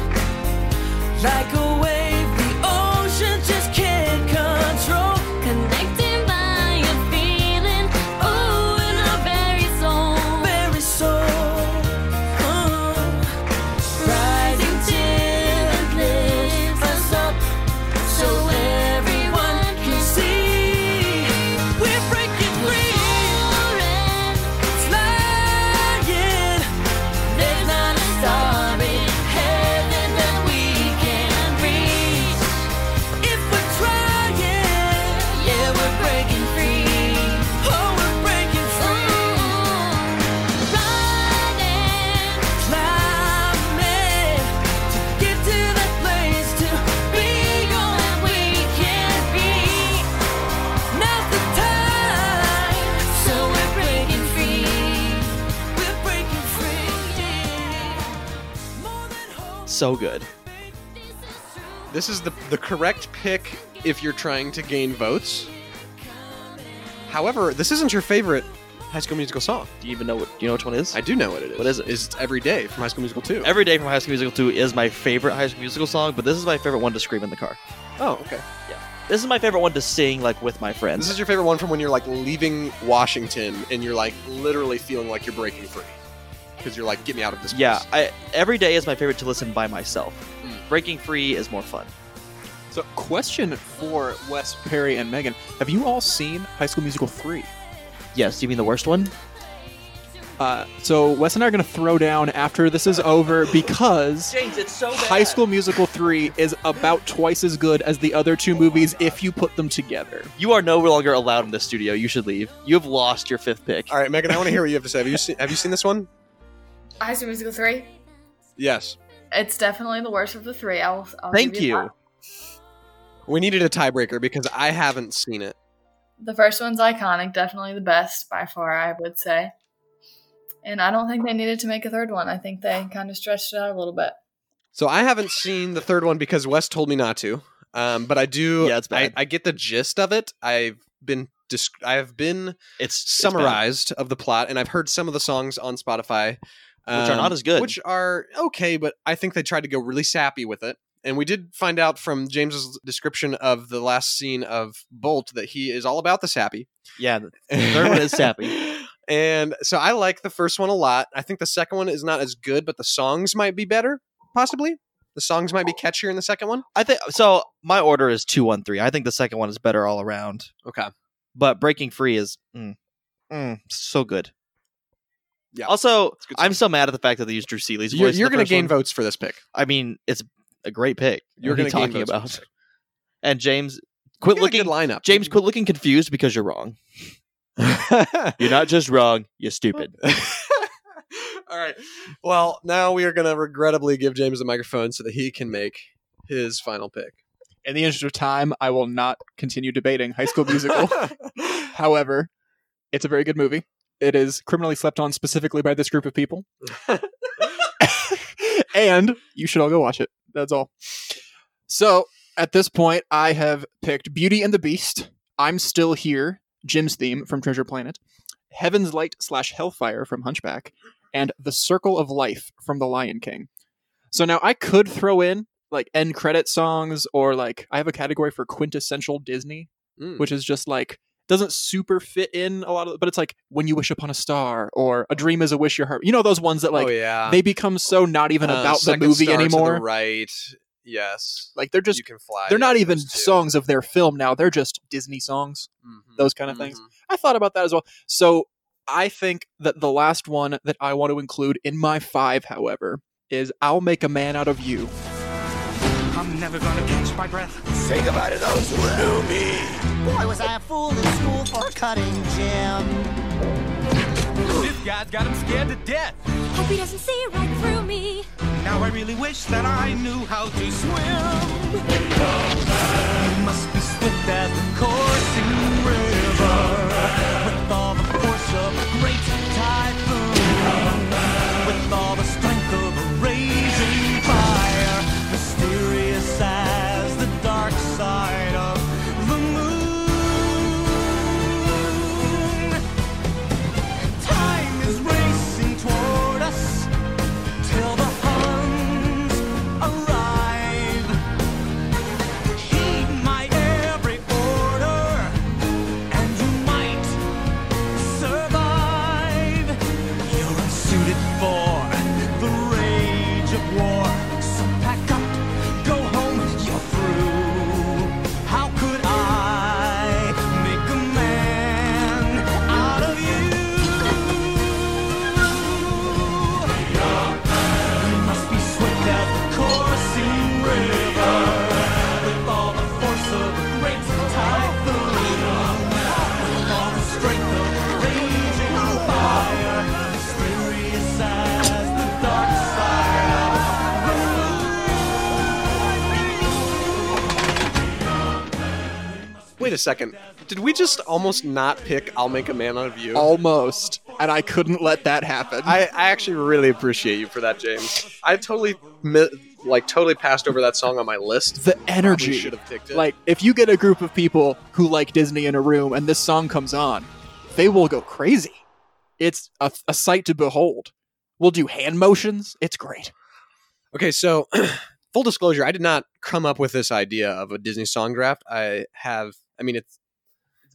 Speaker 5: Like a wave the ocean just can't control.
Speaker 6: Connecting by a feeling, oh, in our very soul.
Speaker 5: Very soul. Uh, rising till it lifts us up. So everyone can see. We're breaking free. It's lying. There's not a star in heaven that we can reach. If we're trying, yeah, we're breaking free. Oh, we're breaking free. Riding, climbing to get to that place to be all that we can be. Now's the time, so we're breaking free. We're breaking free. More than
Speaker 3: So good.
Speaker 1: This is the the correct pick if you're trying to gain votes. However, this isn't your favorite High School Musical song.
Speaker 3: Do you even know what? Do you know which one is?
Speaker 1: I do know what it is.
Speaker 3: What is it?
Speaker 1: It's Every Day from High School Musical 2.
Speaker 3: Every Day from High School Musical 2 is my favorite High School Musical song, but this is my favorite one to scream in the car.
Speaker 1: Oh, okay.
Speaker 3: This is my favorite one to sing like with my friends.
Speaker 1: This is your favorite one from when you're like leaving Washington and you're like literally feeling like you're breaking free because you're like, get me out of this.
Speaker 3: yeah,
Speaker 1: place."
Speaker 3: I, every day is my favorite to listen by myself.
Speaker 1: Hmm.
Speaker 3: Breaking free is more fun.
Speaker 2: So, question for Wes Perry and Megan: Have you all seen High School Musical three?
Speaker 3: Yes, you mean the worst one?
Speaker 2: Uh, so Wes and I are going to throw down after this is over because
Speaker 3: James, it's so
Speaker 2: High School Musical three is about twice as good as the other two movies if you put them together.
Speaker 3: You are no longer allowed in the studio. You should leave. You have lost your fifth pick.
Speaker 1: All right, Megan, I want to hear what you have to say. Have you seen, have you seen this one?
Speaker 4: High School Musical three.
Speaker 1: Yes.
Speaker 4: It's definitely the worst of the three. I'll. I'll give
Speaker 1: Thank you.
Speaker 4: that.
Speaker 1: We needed a tiebreaker because I haven't seen it.
Speaker 4: The first one's iconic. Definitely the best by far. I would say. And I don't think they needed to make a third one. I think they kind of stretched it out a little bit.
Speaker 1: So I haven't seen the third one because Wes told me not to. Um, but I do.
Speaker 3: Yeah, it's bad.
Speaker 1: I, I get the gist of it. I've been disc- I've been
Speaker 3: It's it's bad.
Speaker 1: summarized of the plot, and I've heard some of the songs on Spotify, um,
Speaker 3: Which are not as good.
Speaker 1: which are okay. But I think they tried to go really sappy with it, and we did find out from James's description of the last scene of Bolt that he is all about the sappy.
Speaker 3: Yeah, the third one is sappy.
Speaker 1: And so I like the first one a lot. I think the second one is not as good, but the songs might be better, possibly. The songs might be catchier in the second one.
Speaker 3: I think so. My order is two, one, three. I think the second one is better all around,
Speaker 1: Okay.
Speaker 3: but Breaking Free is mm, mm, so good.
Speaker 1: Yeah.
Speaker 3: Also,
Speaker 1: good
Speaker 3: I'm so mad at the fact that they used Drew Seeley's voice.
Speaker 1: You're,
Speaker 3: in
Speaker 1: you're
Speaker 3: the
Speaker 1: going to
Speaker 3: first
Speaker 1: gain
Speaker 3: one.
Speaker 1: votes for this pick.
Speaker 3: I mean, it's a great pick.
Speaker 1: You're
Speaker 3: What are
Speaker 1: going
Speaker 3: you
Speaker 1: to
Speaker 3: talking
Speaker 1: gain votes for this
Speaker 3: about.
Speaker 1: pick.
Speaker 3: And James, quit
Speaker 1: You got a
Speaker 3: looking.
Speaker 1: good lineup.
Speaker 3: James, quit looking confused because you're wrong. You're not just wrong. You're stupid.
Speaker 1: All right. Well, now we are going to regrettably give James the microphone so that he can make his final pick.
Speaker 2: In the interest of time, I will not continue debating High School Musical. However, it's a very good movie. It is criminally slept on specifically by this group of people. and you should all go watch it. That's all. So at this point, I have picked Beauty and the Beast, I'm Still Here, Jim's theme from Treasure Planet, Heaven's Light slash Hellfire from Hunchback, and The Circle of Life from The Lion King. So now I could throw in like end credit songs or like I have a category for quintessential Disney
Speaker 1: Mm.
Speaker 2: which is just like doesn't super fit in a lot of but it's like when you wish upon a star or a dream is a wish your heart you know those ones that like
Speaker 1: oh yeah,
Speaker 2: they become so not even
Speaker 1: Uh,
Speaker 2: about the
Speaker 1: Second
Speaker 2: movie
Speaker 1: Star to the
Speaker 2: anymore
Speaker 1: right? Yes.
Speaker 2: like they're just
Speaker 1: you can fly.
Speaker 2: they're
Speaker 1: yeah,
Speaker 2: not even
Speaker 1: those two.
Speaker 2: songs of their film now they're just disney songs
Speaker 1: Mhm.
Speaker 2: those kind of things i thought about that as well so i think that the last one that i want to include in my five however is i'll make a man out of you
Speaker 10: I'm never gonna catch my breath.
Speaker 5: Say goodbye to those who knew me.
Speaker 13: Boy, was I a fool in school for cutting Jim.
Speaker 5: This guy's got him scared to death.
Speaker 14: Hope he doesn't see right through me.
Speaker 5: Now I really wish that I knew how to swim. You must be swift as the coursing river, with all the force of a great typhoon, with all the strength of a raging fire, mysterious as the dark side of the moon. Time is racing toward us till the Huns arrive. Heed my every order, and you might survive. You're unsuited for the rage of war, so pack up, go home, you're through. How could I make a man out of you? We must be swift as the coursing river, with all the force of a great typhoon, with all the strength of raging fire, mysterious as the dark side of the
Speaker 1: Wait a second. Did we just almost not pick "I'll Make a Man Out of You"?
Speaker 2: almost and i couldn't let that happen
Speaker 1: I, I actually really appreciate you for that, James. I totally, mi- like, totally passed over that song on my list.
Speaker 2: the energy
Speaker 1: should have picked it.
Speaker 2: like if you get a group of people who like disney in a room and this song comes on they will go crazy it's a, a sight to behold we'll do hand motions it's great
Speaker 1: Okay, so full disclosure, I did not come up with this idea of a Disney song draft. I have, I mean, it's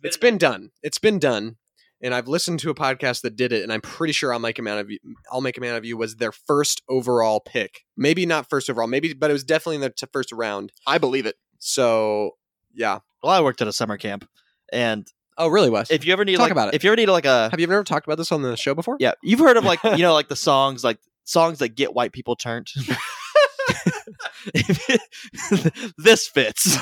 Speaker 1: it's been done. It's been done, and I've listened to a podcast that did it, and I'm pretty sure "I'll Make a Man of You." "I'll Make a Man of You" was their first overall pick. Maybe not first overall, maybe, but it was definitely in the t- first round.
Speaker 2: i believe it
Speaker 1: So yeah.
Speaker 3: Well, I worked at a summer camp, and
Speaker 1: Oh, really, Wes?
Speaker 3: if you ever need
Speaker 1: Talk
Speaker 3: like,
Speaker 1: about it.
Speaker 3: if you ever need like a
Speaker 1: have you ever talked about this on the show before?
Speaker 3: yeah, you've heard of like you know like the songs like songs that get white people turned. this fits,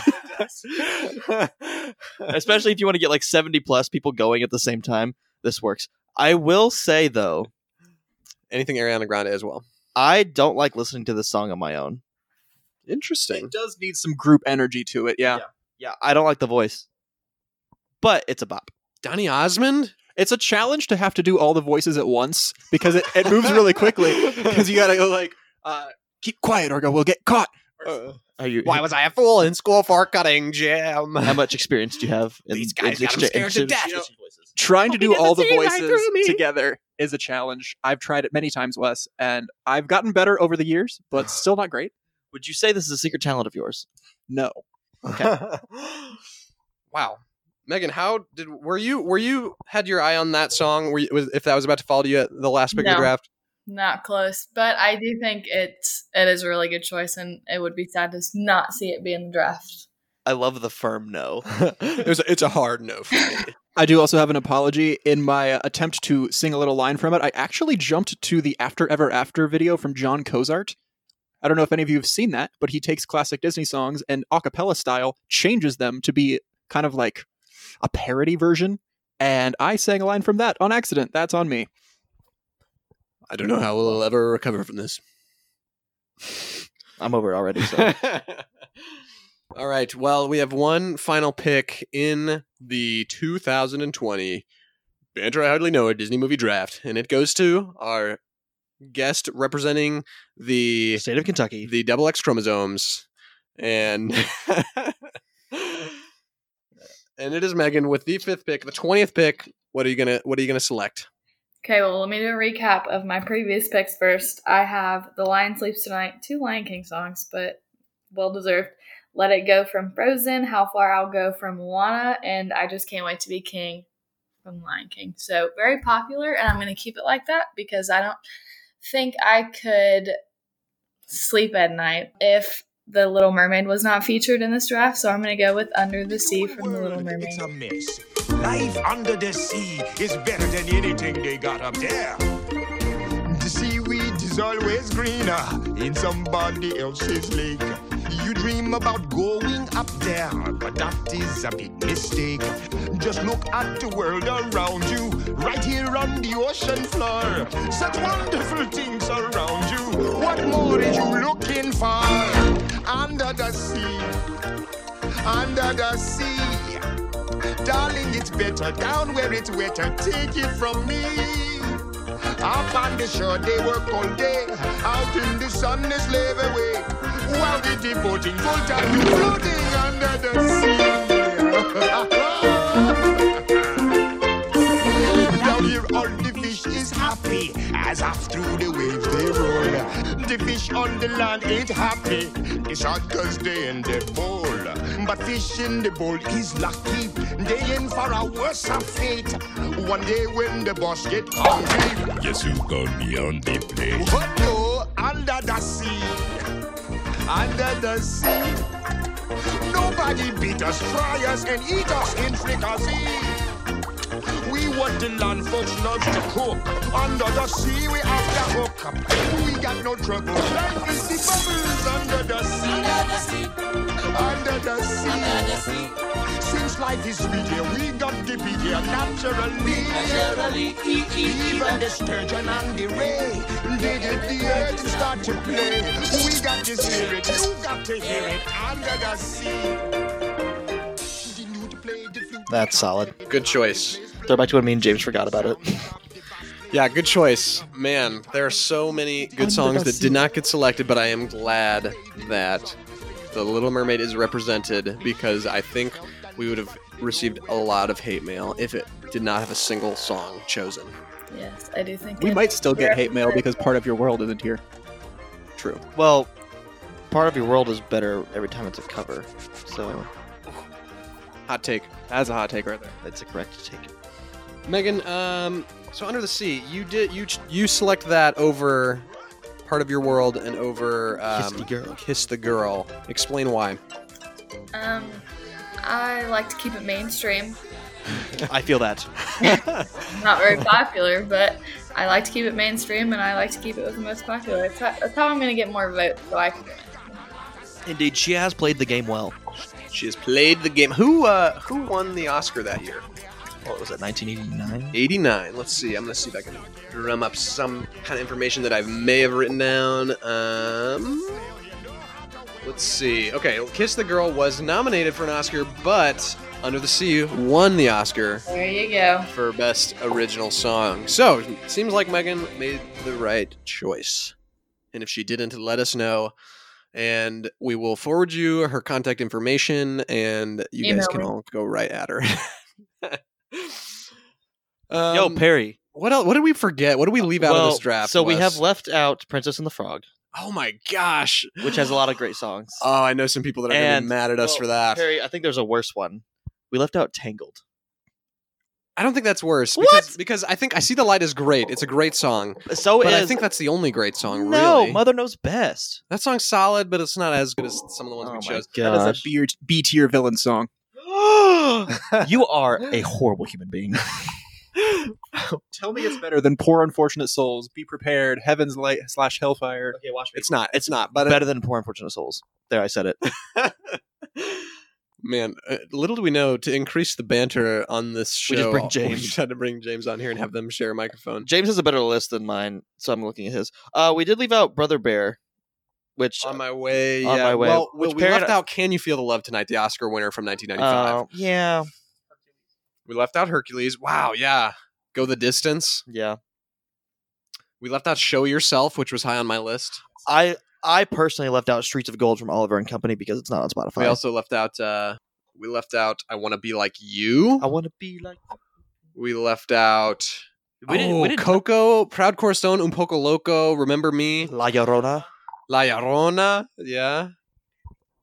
Speaker 3: especially if you want to get like seventy plus people going at the same time. This works. I will say though,
Speaker 1: Anything Ariana Grande as well.
Speaker 3: I don't like listening to this song on my own.
Speaker 1: Interesting.
Speaker 2: it does need some group energy to it yeah,
Speaker 3: Yeah. Yeah, I don't like the voice, but it's a bop.
Speaker 1: Donny Osmond.
Speaker 2: it's a challenge to have to do all the voices at once because it, it moves really quickly because you gotta go like uh, keep quiet or go we'll get caught
Speaker 3: Are you?
Speaker 1: Why was I a fool in school for cutting Jim?
Speaker 3: how much experience do you have? in-
Speaker 1: These guys
Speaker 3: in
Speaker 1: got 'em
Speaker 3: extra-
Speaker 1: scared to
Speaker 3: extra-
Speaker 1: death.
Speaker 2: trying to
Speaker 1: Hope he
Speaker 2: do all the
Speaker 1: doesn't see right
Speaker 2: voices
Speaker 1: through me.
Speaker 2: together is a challenge i've tried it many times wes and i've gotten better over the years but still not great
Speaker 3: Would you say this is a secret talent of yours?
Speaker 2: no
Speaker 1: wow, Megan, how did were you were you had your eye on that song? Were you, was, if that was about to follow you at the last pick of
Speaker 4: No.
Speaker 1: the draft?
Speaker 4: Not close, but I do think it's it is a really good choice, and it would be sad to s- not see it be in the draft.
Speaker 3: I love the firm no.
Speaker 1: it was a, it's a hard no for me.
Speaker 2: I do also have an apology. In my uh, attempt to sing a little line from it, I actually jumped to the After Ever After video from John Cozart. I don't know if any of you have seen that, but he takes classic Disney songs and a cappella style changes them to be kind of like a parody version. And I sang a line from that on accident. That's on me.
Speaker 1: I don't know how we'll ever recover from this.
Speaker 3: I'm over it already. So.
Speaker 1: All right. Well, we have one final pick in the 2020 Banter I Hardly Know It Disney Movie Draft, and it goes to our guest representing the
Speaker 3: State of Kentucky.
Speaker 1: the double X chromosomes, and and it is Megan with the fifth pick, the twentieth pick. What are you gonna What are you gonna select?
Speaker 4: Okay, well, let me do a recap of my previous picks first. I have The Lion Sleeps Tonight, two Lion King songs, but well deserved. Let It Go from Frozen, How Far I'll Go from Moana, and I Just Can't Wait to Be King from Lion King. So very popular, and I'm going to keep it like that because I don't think I could sleep at night if The Little Mermaid was not featured in this draft. So I'm going to go with Under the Sea from The Little Mermaid.
Speaker 15: It's a mess. Life under the sea is better than anything they got up there. The seaweed is always greener in somebody else's lake. You dream about going up there, but that is a big mistake. Just look at the world around you, right here on the ocean floor. Such wonderful things around you. What more are you looking for? Under the sea, under the sea. Darling, it's better down where it's wetter. Take it from me. Up on the shore, they work all day. Out in the sun, they slave away. While the devoting full time, you floating under the sea. Down here, all the fish is happy as off through the waves they roll. The fish on the land ain't happy. It's hot cause they in the bowl. But fish in the bowl is lucky. They in for a worse fate. One day when the boss get hungry.
Speaker 16: Guess who's gonna be on the plane?
Speaker 15: But no, under the sea. Under the sea. Nobody beat us, try us, and eat us in fricassee. We want the land folks loves to cook. Under the sea, we have the hook. We got no trouble. Life is the bubbles under the sea. Under the sea. Under the sea. Since life is sweet here, we got to be here naturally. Naturally. E, Even the sturgeon and the ray, they get the earth and start to play. We got the spirit, you got to hear it. Under the sea.
Speaker 3: That's solid.
Speaker 1: Good choice.
Speaker 3: Throwback to when me and James forgot about it.
Speaker 1: Yeah, good choice. Man, there are so many good songs that did not get selected, but I am glad that The Little Mermaid is represented because I think we would have received a lot of hate mail if it did not have a single song chosen.
Speaker 4: Yes, I do think
Speaker 2: We
Speaker 4: it-
Speaker 2: might still get hate mail because part of your world isn't here.
Speaker 1: True.
Speaker 3: Well, part of your world is better every time it's a cover. So
Speaker 1: Hot take. That's a hot take right there.
Speaker 3: That's a correct take.
Speaker 1: Megan, um, so Under the Sea, you did you ch- you select that over part of your world and over um,
Speaker 3: Kiss the Girl.
Speaker 1: Kiss the girl. Explain why.
Speaker 4: Um, I like to keep it mainstream.
Speaker 3: I feel that.
Speaker 4: Not very popular, but I like to keep it mainstream, and I like to keep it with the most popular. That's how, that's how I'm going to get more votes. So I can.
Speaker 3: Indeed, she has played the game well.
Speaker 1: She has played the game. Who uh who won the Oscar that year?
Speaker 3: What was it, 1989?
Speaker 1: 89. Let's see. I'm going to see if I can drum up some kind of information that I may have written down. Um, let's see. Okay, Kiss the Girl was nominated for an Oscar, but Under the Sea won the Oscar
Speaker 4: There you go.
Speaker 1: for Best Original Song. So, seems like Megan made the right choice. And if she didn't, let us know. And we will forward you her contact information, and you guys
Speaker 3: Email
Speaker 1: can
Speaker 3: me.
Speaker 1: all go right at her.
Speaker 3: Yo,
Speaker 1: Um,
Speaker 3: Perry.
Speaker 1: What else? What did we forget? What did we leave out
Speaker 3: well,
Speaker 1: of this draft?
Speaker 3: So we
Speaker 1: Wes?
Speaker 3: have left out Princess and the Frog,
Speaker 1: Oh my gosh!
Speaker 3: which has a lot of great songs.
Speaker 1: Oh, I know some people that are going to
Speaker 3: And-
Speaker 1: be mad at us
Speaker 3: well,
Speaker 1: for that.
Speaker 3: Perry, I think there's a worse one. We left out Tangled.
Speaker 1: I don't think that's worse. Because, Because I think I see the light is great. It's a great song.
Speaker 3: So
Speaker 1: but I
Speaker 3: is-
Speaker 1: think that's the only great song.
Speaker 3: No,
Speaker 1: really.
Speaker 3: Mother Knows Best.
Speaker 1: That song's solid, but it's not as good as some of the ones
Speaker 3: Oh
Speaker 1: we chose.
Speaker 2: That is a B- B tier villain song.
Speaker 3: you are a horrible human being.
Speaker 2: Tell me it's better than Poor Unfortunate Souls. Be prepared. Heaven's Light slash Hellfire.
Speaker 3: Okay, watch
Speaker 1: It's not. It's not. But
Speaker 3: Better than Poor Unfortunate Souls. There, I said it.
Speaker 1: man, uh, little do we know to increase the banter on this show.
Speaker 3: We just bring
Speaker 1: We
Speaker 3: James.
Speaker 1: just had to bring James on here and have them share a microphone.
Speaker 3: James has a better list than mine, so I'm looking at his. Uh, we did leave out Brother Bear, which
Speaker 1: On my way.
Speaker 3: On
Speaker 1: yeah.
Speaker 3: my way.
Speaker 1: Well,
Speaker 3: Which
Speaker 1: we left
Speaker 3: parent-
Speaker 1: out "Can You Feel the Love Tonight," the Oscar winner from 1995.
Speaker 3: uh, yeah,
Speaker 1: we left out Hercules. Wow. Yeah. Go the distance.
Speaker 3: yeah.
Speaker 1: We left out "Show Yourself," which was high on my list.
Speaker 3: I I personally left out Streets of Gold from Oliver and Company because it's not on Spotify.
Speaker 1: We also left out. uh We left out "I Want to Be Like You."
Speaker 3: I want to be like
Speaker 1: We left out.
Speaker 3: We didn't-
Speaker 1: oh,
Speaker 3: we didn't-
Speaker 1: Coco, Proud Corazon, Un Poco Loco, Remember Me,
Speaker 3: La Llorona.
Speaker 1: La Llorona. Yeah.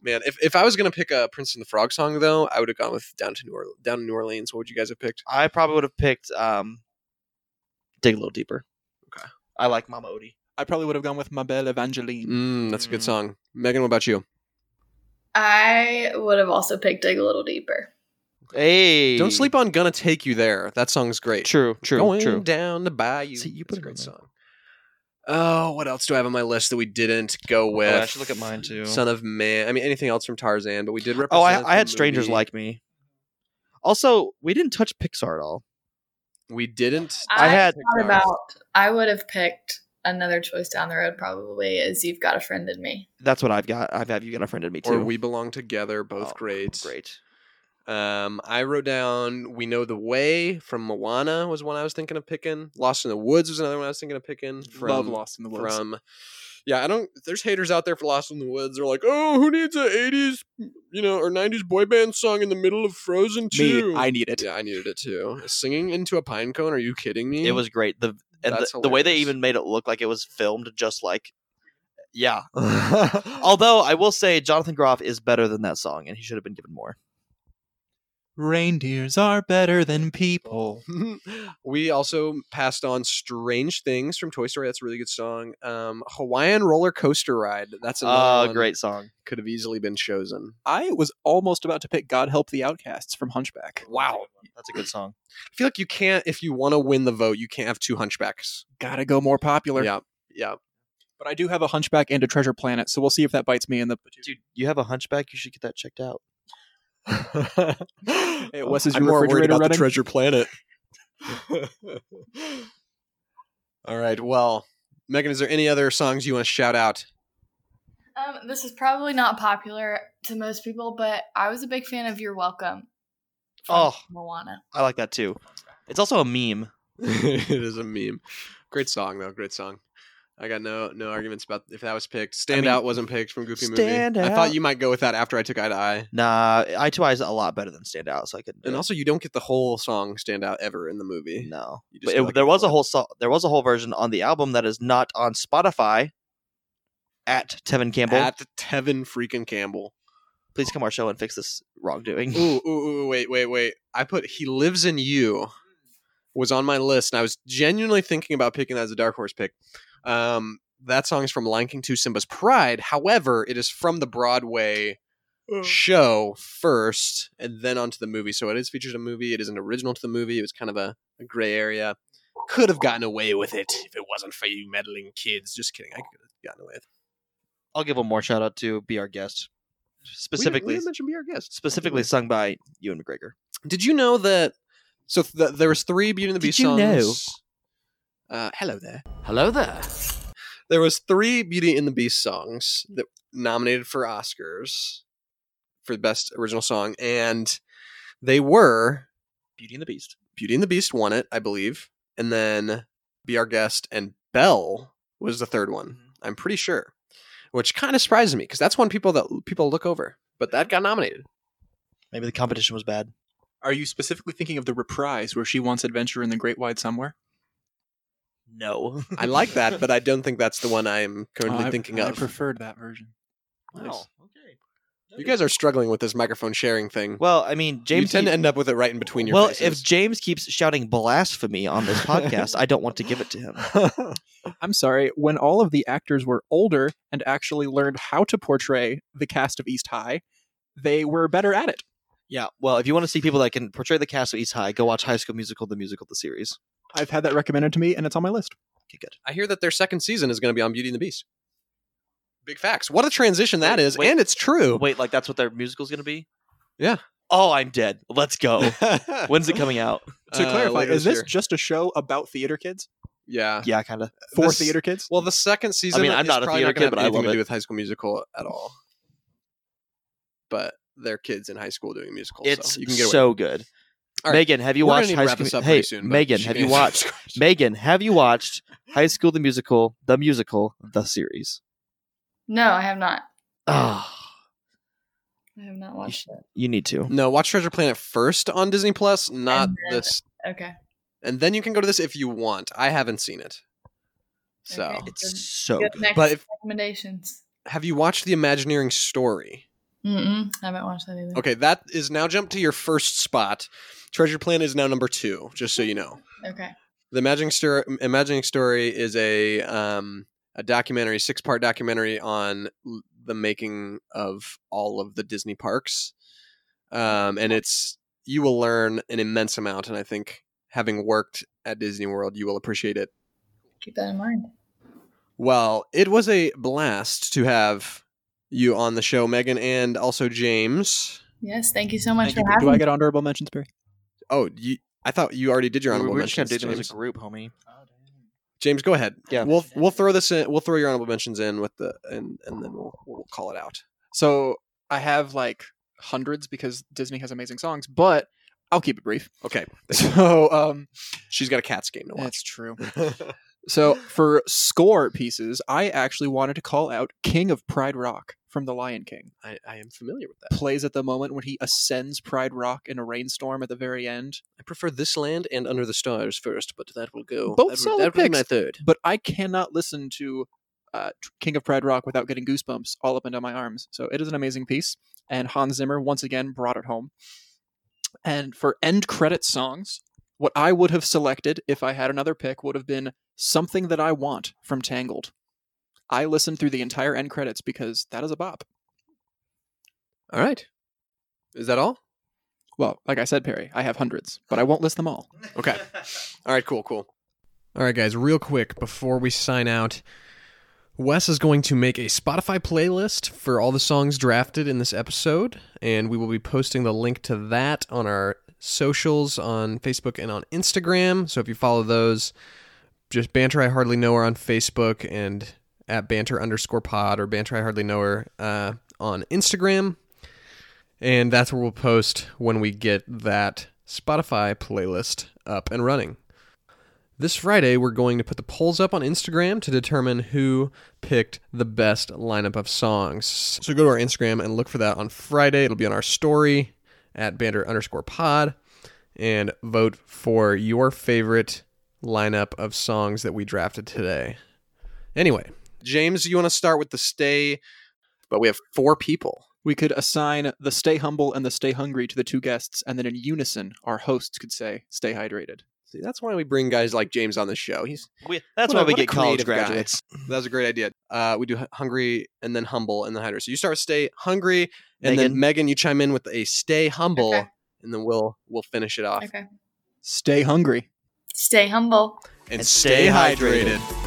Speaker 1: Man, if, if I was gonna pick a Prince and the Frog song though, I would have gone with Down to New Orleans. Down in New Orleans. What would you guys have picked?
Speaker 3: I probably would have picked um, Dig a Little Deeper.
Speaker 1: Okay.
Speaker 3: I like Mama Odie.
Speaker 2: I probably would have gone with Ma Belle Evangeline.
Speaker 1: Mm, that's a good song. Megan, what about you?
Speaker 4: I would have also picked Dig a Little Deeper.
Speaker 3: Hey,
Speaker 1: Don't sleep on "Gonna Take You There." That song's great.
Speaker 3: True, true,
Speaker 1: Going
Speaker 3: true.
Speaker 1: down the bayou.
Speaker 3: See, you
Speaker 1: put a great song. Oh, what else do I have on my list that we didn't go with?
Speaker 3: Oh, I should look at mine too.
Speaker 1: Son of Man. I mean, anything else from Tarzan, but we did represent.
Speaker 3: oh, I, I had
Speaker 1: the
Speaker 3: Strangers
Speaker 1: movie.
Speaker 3: Like Me. Also, we didn't touch Pixar at all.
Speaker 1: We didn't.
Speaker 3: I had-
Speaker 4: thought about. I would have picked another choice down the road. Probably is "You've Got a Friend in Me."
Speaker 3: That's what I've got. I've have you got a friend in me too.
Speaker 1: or we belong together.
Speaker 2: Oh,
Speaker 1: Both great.
Speaker 3: Great.
Speaker 1: Um, I wrote down "We Know the Way" from Moana was one I was thinking of picking. "Lost in the Woods" was another one I was thinking of picking. From,
Speaker 2: Mm, Love Lost in the Woods.
Speaker 1: From, yeah, I don't. There's haters out there for "Lost in the Woods." They're like, "Oh, who needs a '80s, you know, or '90s boy band song in the middle of Frozen 2?"
Speaker 2: Me, I need it.
Speaker 1: Yeah, I needed it too. Singing into a pine cone? Are you kidding me?
Speaker 3: It was great. The and
Speaker 1: That's
Speaker 3: the, the way they
Speaker 1: hilarious.
Speaker 3: even made it look like it was filmed, just like yeah. Although I will say Jonathan Groff is better than that song, and he should have been given more.
Speaker 2: Reindeers are better than people.
Speaker 1: we also passed on "Strange Things" from Toy Story. That's a really good song. Um, "Hawaiian Roller Coaster Ride." That's another
Speaker 3: Oh,
Speaker 2: Ah,
Speaker 1: one
Speaker 3: great song.
Speaker 1: Could have easily been chosen.
Speaker 2: I was almost about to pick God Help the Outcasts from Hunchback.
Speaker 1: Wow.
Speaker 3: That's a good song.
Speaker 1: I feel like you can't, if you want to win the vote, you can't have two hunchbacks.
Speaker 2: Gotta go more popular.
Speaker 1: Yeah. Yeah.
Speaker 2: But I do have a Hunchback and a Treasure Planet, so we'll see if that bites me in the.
Speaker 3: Dude, you have a hunchback. You should get that checked out.
Speaker 2: Hey, Wes, Oh, is
Speaker 1: I'm
Speaker 2: your
Speaker 1: more worried
Speaker 2: refrigerator
Speaker 1: about the
Speaker 2: running?
Speaker 1: treasure planet. All right. Well, Megan, is there any other songs you want to shout out?
Speaker 4: Um, this is probably not popular to most people, but I was a big fan of "You're Welcome."
Speaker 3: Oh,
Speaker 4: Moana.
Speaker 3: I like that too. It's also a meme.
Speaker 1: it is a meme. Great song though. Great song. I got no no arguments about if that was picked. Stand
Speaker 3: mean,
Speaker 1: out wasn't picked from Goofy
Speaker 3: Stand
Speaker 1: movie. I thought
Speaker 3: Out.
Speaker 1: you might go with that after I took eye to eye.
Speaker 3: Nah, I Two Eyes is a lot better than Stand Out, so I couldn't. do
Speaker 1: And
Speaker 3: it.
Speaker 1: also, you don't get the whole song "Stand Out" ever in the movie.
Speaker 3: no,
Speaker 1: You
Speaker 3: but
Speaker 1: get,
Speaker 3: it-
Speaker 1: like,
Speaker 3: there was a
Speaker 1: part.
Speaker 3: whole so- there was a whole version on the album that is not on Spotify. At Tevin Campbell,
Speaker 1: at Tevin freaking Campbell.
Speaker 3: please come our show and fix this wrongdoing.
Speaker 1: Ooh, ooh, ooh, wait, wait, wait. I put He Lives in You was on my list, and I was genuinely thinking about picking that as a Dark Horse pick. Um, that song is from Lion King 2 Simba's Pride. However, it is from the Broadway show first and then onto the movie. So it is featured in a movie. It is an original to the movie. It was kind of a, a gray area. Could have gotten away with it if it wasn't for you meddling kids. Just kidding. I could have gotten away with it.
Speaker 3: I'll give one more shout out to Be Our Guest,
Speaker 1: We didn't-
Speaker 3: specifically
Speaker 1: we didn't mention Be Our Guest.
Speaker 3: specifically sung by Ewan McGregor.
Speaker 1: Did you know that? So th- there was three Beauty and the
Speaker 3: Did
Speaker 1: Beast
Speaker 3: you
Speaker 1: songs.
Speaker 3: know?
Speaker 1: Uh, hello there.
Speaker 7: Hello there.
Speaker 1: There was three Beauty and the Beast songs that nominated for Oscars for the best original song, and they were
Speaker 3: Beauty and the Beast.
Speaker 1: Beauty and the Beast won it, I believe, and then Be Our Guest and Belle was the third one. I'm pretty sure, which kind of surprises me because that's one people that people look over, but that got nominated.
Speaker 3: Maybe the competition was bad.
Speaker 2: Are you specifically thinking of the reprise where she wants adventure in the Great Wide Somewhere?
Speaker 3: No,
Speaker 1: I like that, but I don't think that's the one I'm currently
Speaker 2: I,
Speaker 1: thinking
Speaker 2: I
Speaker 1: of.
Speaker 2: preferred that version.
Speaker 1: Nice. You guys are struggling with this microphone sharing thing.
Speaker 3: Well, I mean,
Speaker 1: James
Speaker 3: James.
Speaker 1: you tend
Speaker 3: keep-
Speaker 1: to end up with it right in between your
Speaker 3: well,
Speaker 1: faces.
Speaker 3: if James keeps shouting blasphemy on this podcast, I don't want to give it to him.
Speaker 2: I'm sorry, when all of the actors were older and actually learned how to portray the cast of East High, they were better at it.
Speaker 3: Yeah, well, if you want to see people that can portray the cast of East High, go watch High School Musical, the musical, the series.
Speaker 2: I've had that recommended to me and it's on my list.
Speaker 3: Okay, good.
Speaker 1: I hear that their second season is going to be on Beauty and the Beast. Big facts. What a transition that
Speaker 3: Wait,
Speaker 1: is,
Speaker 3: wait.
Speaker 1: and it's true.
Speaker 3: Wait, like that's what their musical's going to be?
Speaker 1: Yeah.
Speaker 3: Oh, I'm dead. Let's go. When's it coming out?
Speaker 2: To
Speaker 1: Uh,
Speaker 2: clarify,
Speaker 1: later
Speaker 2: is this
Speaker 1: year.
Speaker 2: just a show about theater kids?
Speaker 1: Yeah.
Speaker 3: Yeah, kind of.
Speaker 2: For
Speaker 1: Uh, This-
Speaker 2: theater kids?
Speaker 1: Well, the second season.
Speaker 3: mean, I'm
Speaker 1: is
Speaker 3: not a
Speaker 1: probably
Speaker 3: theater
Speaker 1: gonna
Speaker 3: kid,
Speaker 1: have
Speaker 3: but I
Speaker 1: anything
Speaker 3: love
Speaker 1: to
Speaker 3: it.
Speaker 1: do with High School Musical at all. But they're kids in high school doing musicals.
Speaker 3: It's
Speaker 1: so you can get away.
Speaker 3: so good.
Speaker 1: All right.
Speaker 3: Megan, have you
Speaker 1: We're gonna
Speaker 3: watched
Speaker 1: need to
Speaker 3: High
Speaker 1: wrap
Speaker 3: School?
Speaker 1: this up
Speaker 3: hey,
Speaker 1: pretty soon, but
Speaker 3: Megan,
Speaker 1: she
Speaker 3: have
Speaker 1: can
Speaker 3: you
Speaker 1: answer
Speaker 3: watched?
Speaker 1: this question.
Speaker 3: Megan, have you watched High School the Musical, the musical, the series?
Speaker 4: No, I have not.
Speaker 3: Ah,
Speaker 4: I have not watched it.
Speaker 3: you need to.
Speaker 1: No, watch Treasure Planet first on Disney Plus, not
Speaker 4: And then-
Speaker 1: this,
Speaker 4: Okay.
Speaker 1: and then you can go to this if you want. I haven't seen it, so.
Speaker 4: Okay.
Speaker 3: It's so
Speaker 4: Good
Speaker 3: good.
Speaker 4: next
Speaker 1: But if-
Speaker 4: recommendations.
Speaker 1: Have you watched the Imagineering story?
Speaker 4: Mm-mm, I haven't watched that either.
Speaker 1: Okay, that is now jump to your first spot. Treasure Planet is now number two, just so you know.
Speaker 4: Okay.
Speaker 1: The Imagining Story, Imagining Story is a um, a documentary, six part documentary on l- the making of all of the Disney parks, um, and it's you will learn an immense amount. And I think having worked at Disney World, you will appreciate it
Speaker 4: Keep that in mind.
Speaker 1: well, it was a blast to have you on the show, Megan, and also James.
Speaker 4: Yes, thank you so much
Speaker 2: Thank
Speaker 4: for
Speaker 2: you.
Speaker 4: having
Speaker 2: Do I
Speaker 4: me.
Speaker 2: get honorable mentions, Barry?
Speaker 1: Oh, you, I thought you already did your honorable
Speaker 3: We're just gonna
Speaker 1: mentions.
Speaker 3: do them as
Speaker 1: James.
Speaker 3: a group, homie.
Speaker 1: James, go ahead. Yeah, we'll we'll throw this in. We'll throw your honorable mentions in with the and and then we'll we'll call it out.
Speaker 2: So I have like hundreds because Disney has amazing songs, but I'll keep it brief.
Speaker 1: Okay.
Speaker 2: So um,
Speaker 1: she's got a cat's game to watch.
Speaker 2: That's true. so for score pieces, I actually wanted to call out King of Pride Rock from The Lion King.
Speaker 1: I, I am familiar with that.
Speaker 2: Plays at the moment when he ascends Pride Rock in a rainstorm at the very end.
Speaker 1: I prefer this land and Under the Stars first, but that will go.
Speaker 2: Both
Speaker 1: that, will-
Speaker 2: solid
Speaker 1: that will be my
Speaker 2: picks,
Speaker 1: third.
Speaker 2: But I cannot listen to uh, Tr- King of Pride Rock without getting goosebumps all up and down my arms. So it is an amazing piece, and Hans Zimmer once again brought it home. And for end credit songs, what I would have selected if I had another pick would have been "Something That I Want" from Tangled. I listened through the entire end credits because that is a bop.
Speaker 1: All right, is that all?
Speaker 2: Well, like I said, Perry, I have hundreds, but I won't list them all.
Speaker 1: Okay. All right. Cool. Cool. All right, guys, real quick before we sign out, Wes is going to make a Spotify playlist for all the songs drafted in this episode, and we will be posting the link to that on our socials on Facebook and on Instagram. So if you follow those, just Banter I Hardly Know Her on Facebook and at Banter underscore pod or Banter I Hardly Know Her uh, on Instagram. And that's where we'll post when we get that Spotify playlist up and running. This Friday, we're going to put the polls up on Instagram to determine who picked the best lineup of songs. So go to our Instagram and look for that on Friday. It'll be on our story at banter underscore pod and vote for your favorite lineup of songs that we drafted today. Anyway, James, you want to start with the stay, but we have four people.
Speaker 2: We could assign the stay humble and the stay hungry to the two guests, and then in unison, our hosts could say, stay hydrated.
Speaker 1: See, that's why we bring guys like James on the show. He's
Speaker 3: We, that's
Speaker 1: what a-
Speaker 3: why we
Speaker 1: what a
Speaker 3: get college
Speaker 1: creative guy.
Speaker 3: graduates.
Speaker 1: That was a great idea. Uh, we do hu- hungry and then humble and then hydrated. So you start with stay hungry, and then
Speaker 3: Megan.
Speaker 1: Megan, you chime in with a stay humble, and then we'll we'll finish it off
Speaker 4: Okay.
Speaker 2: Stay hungry.
Speaker 4: Stay humble.
Speaker 1: and,
Speaker 3: stay hydrated.
Speaker 1: hydrated.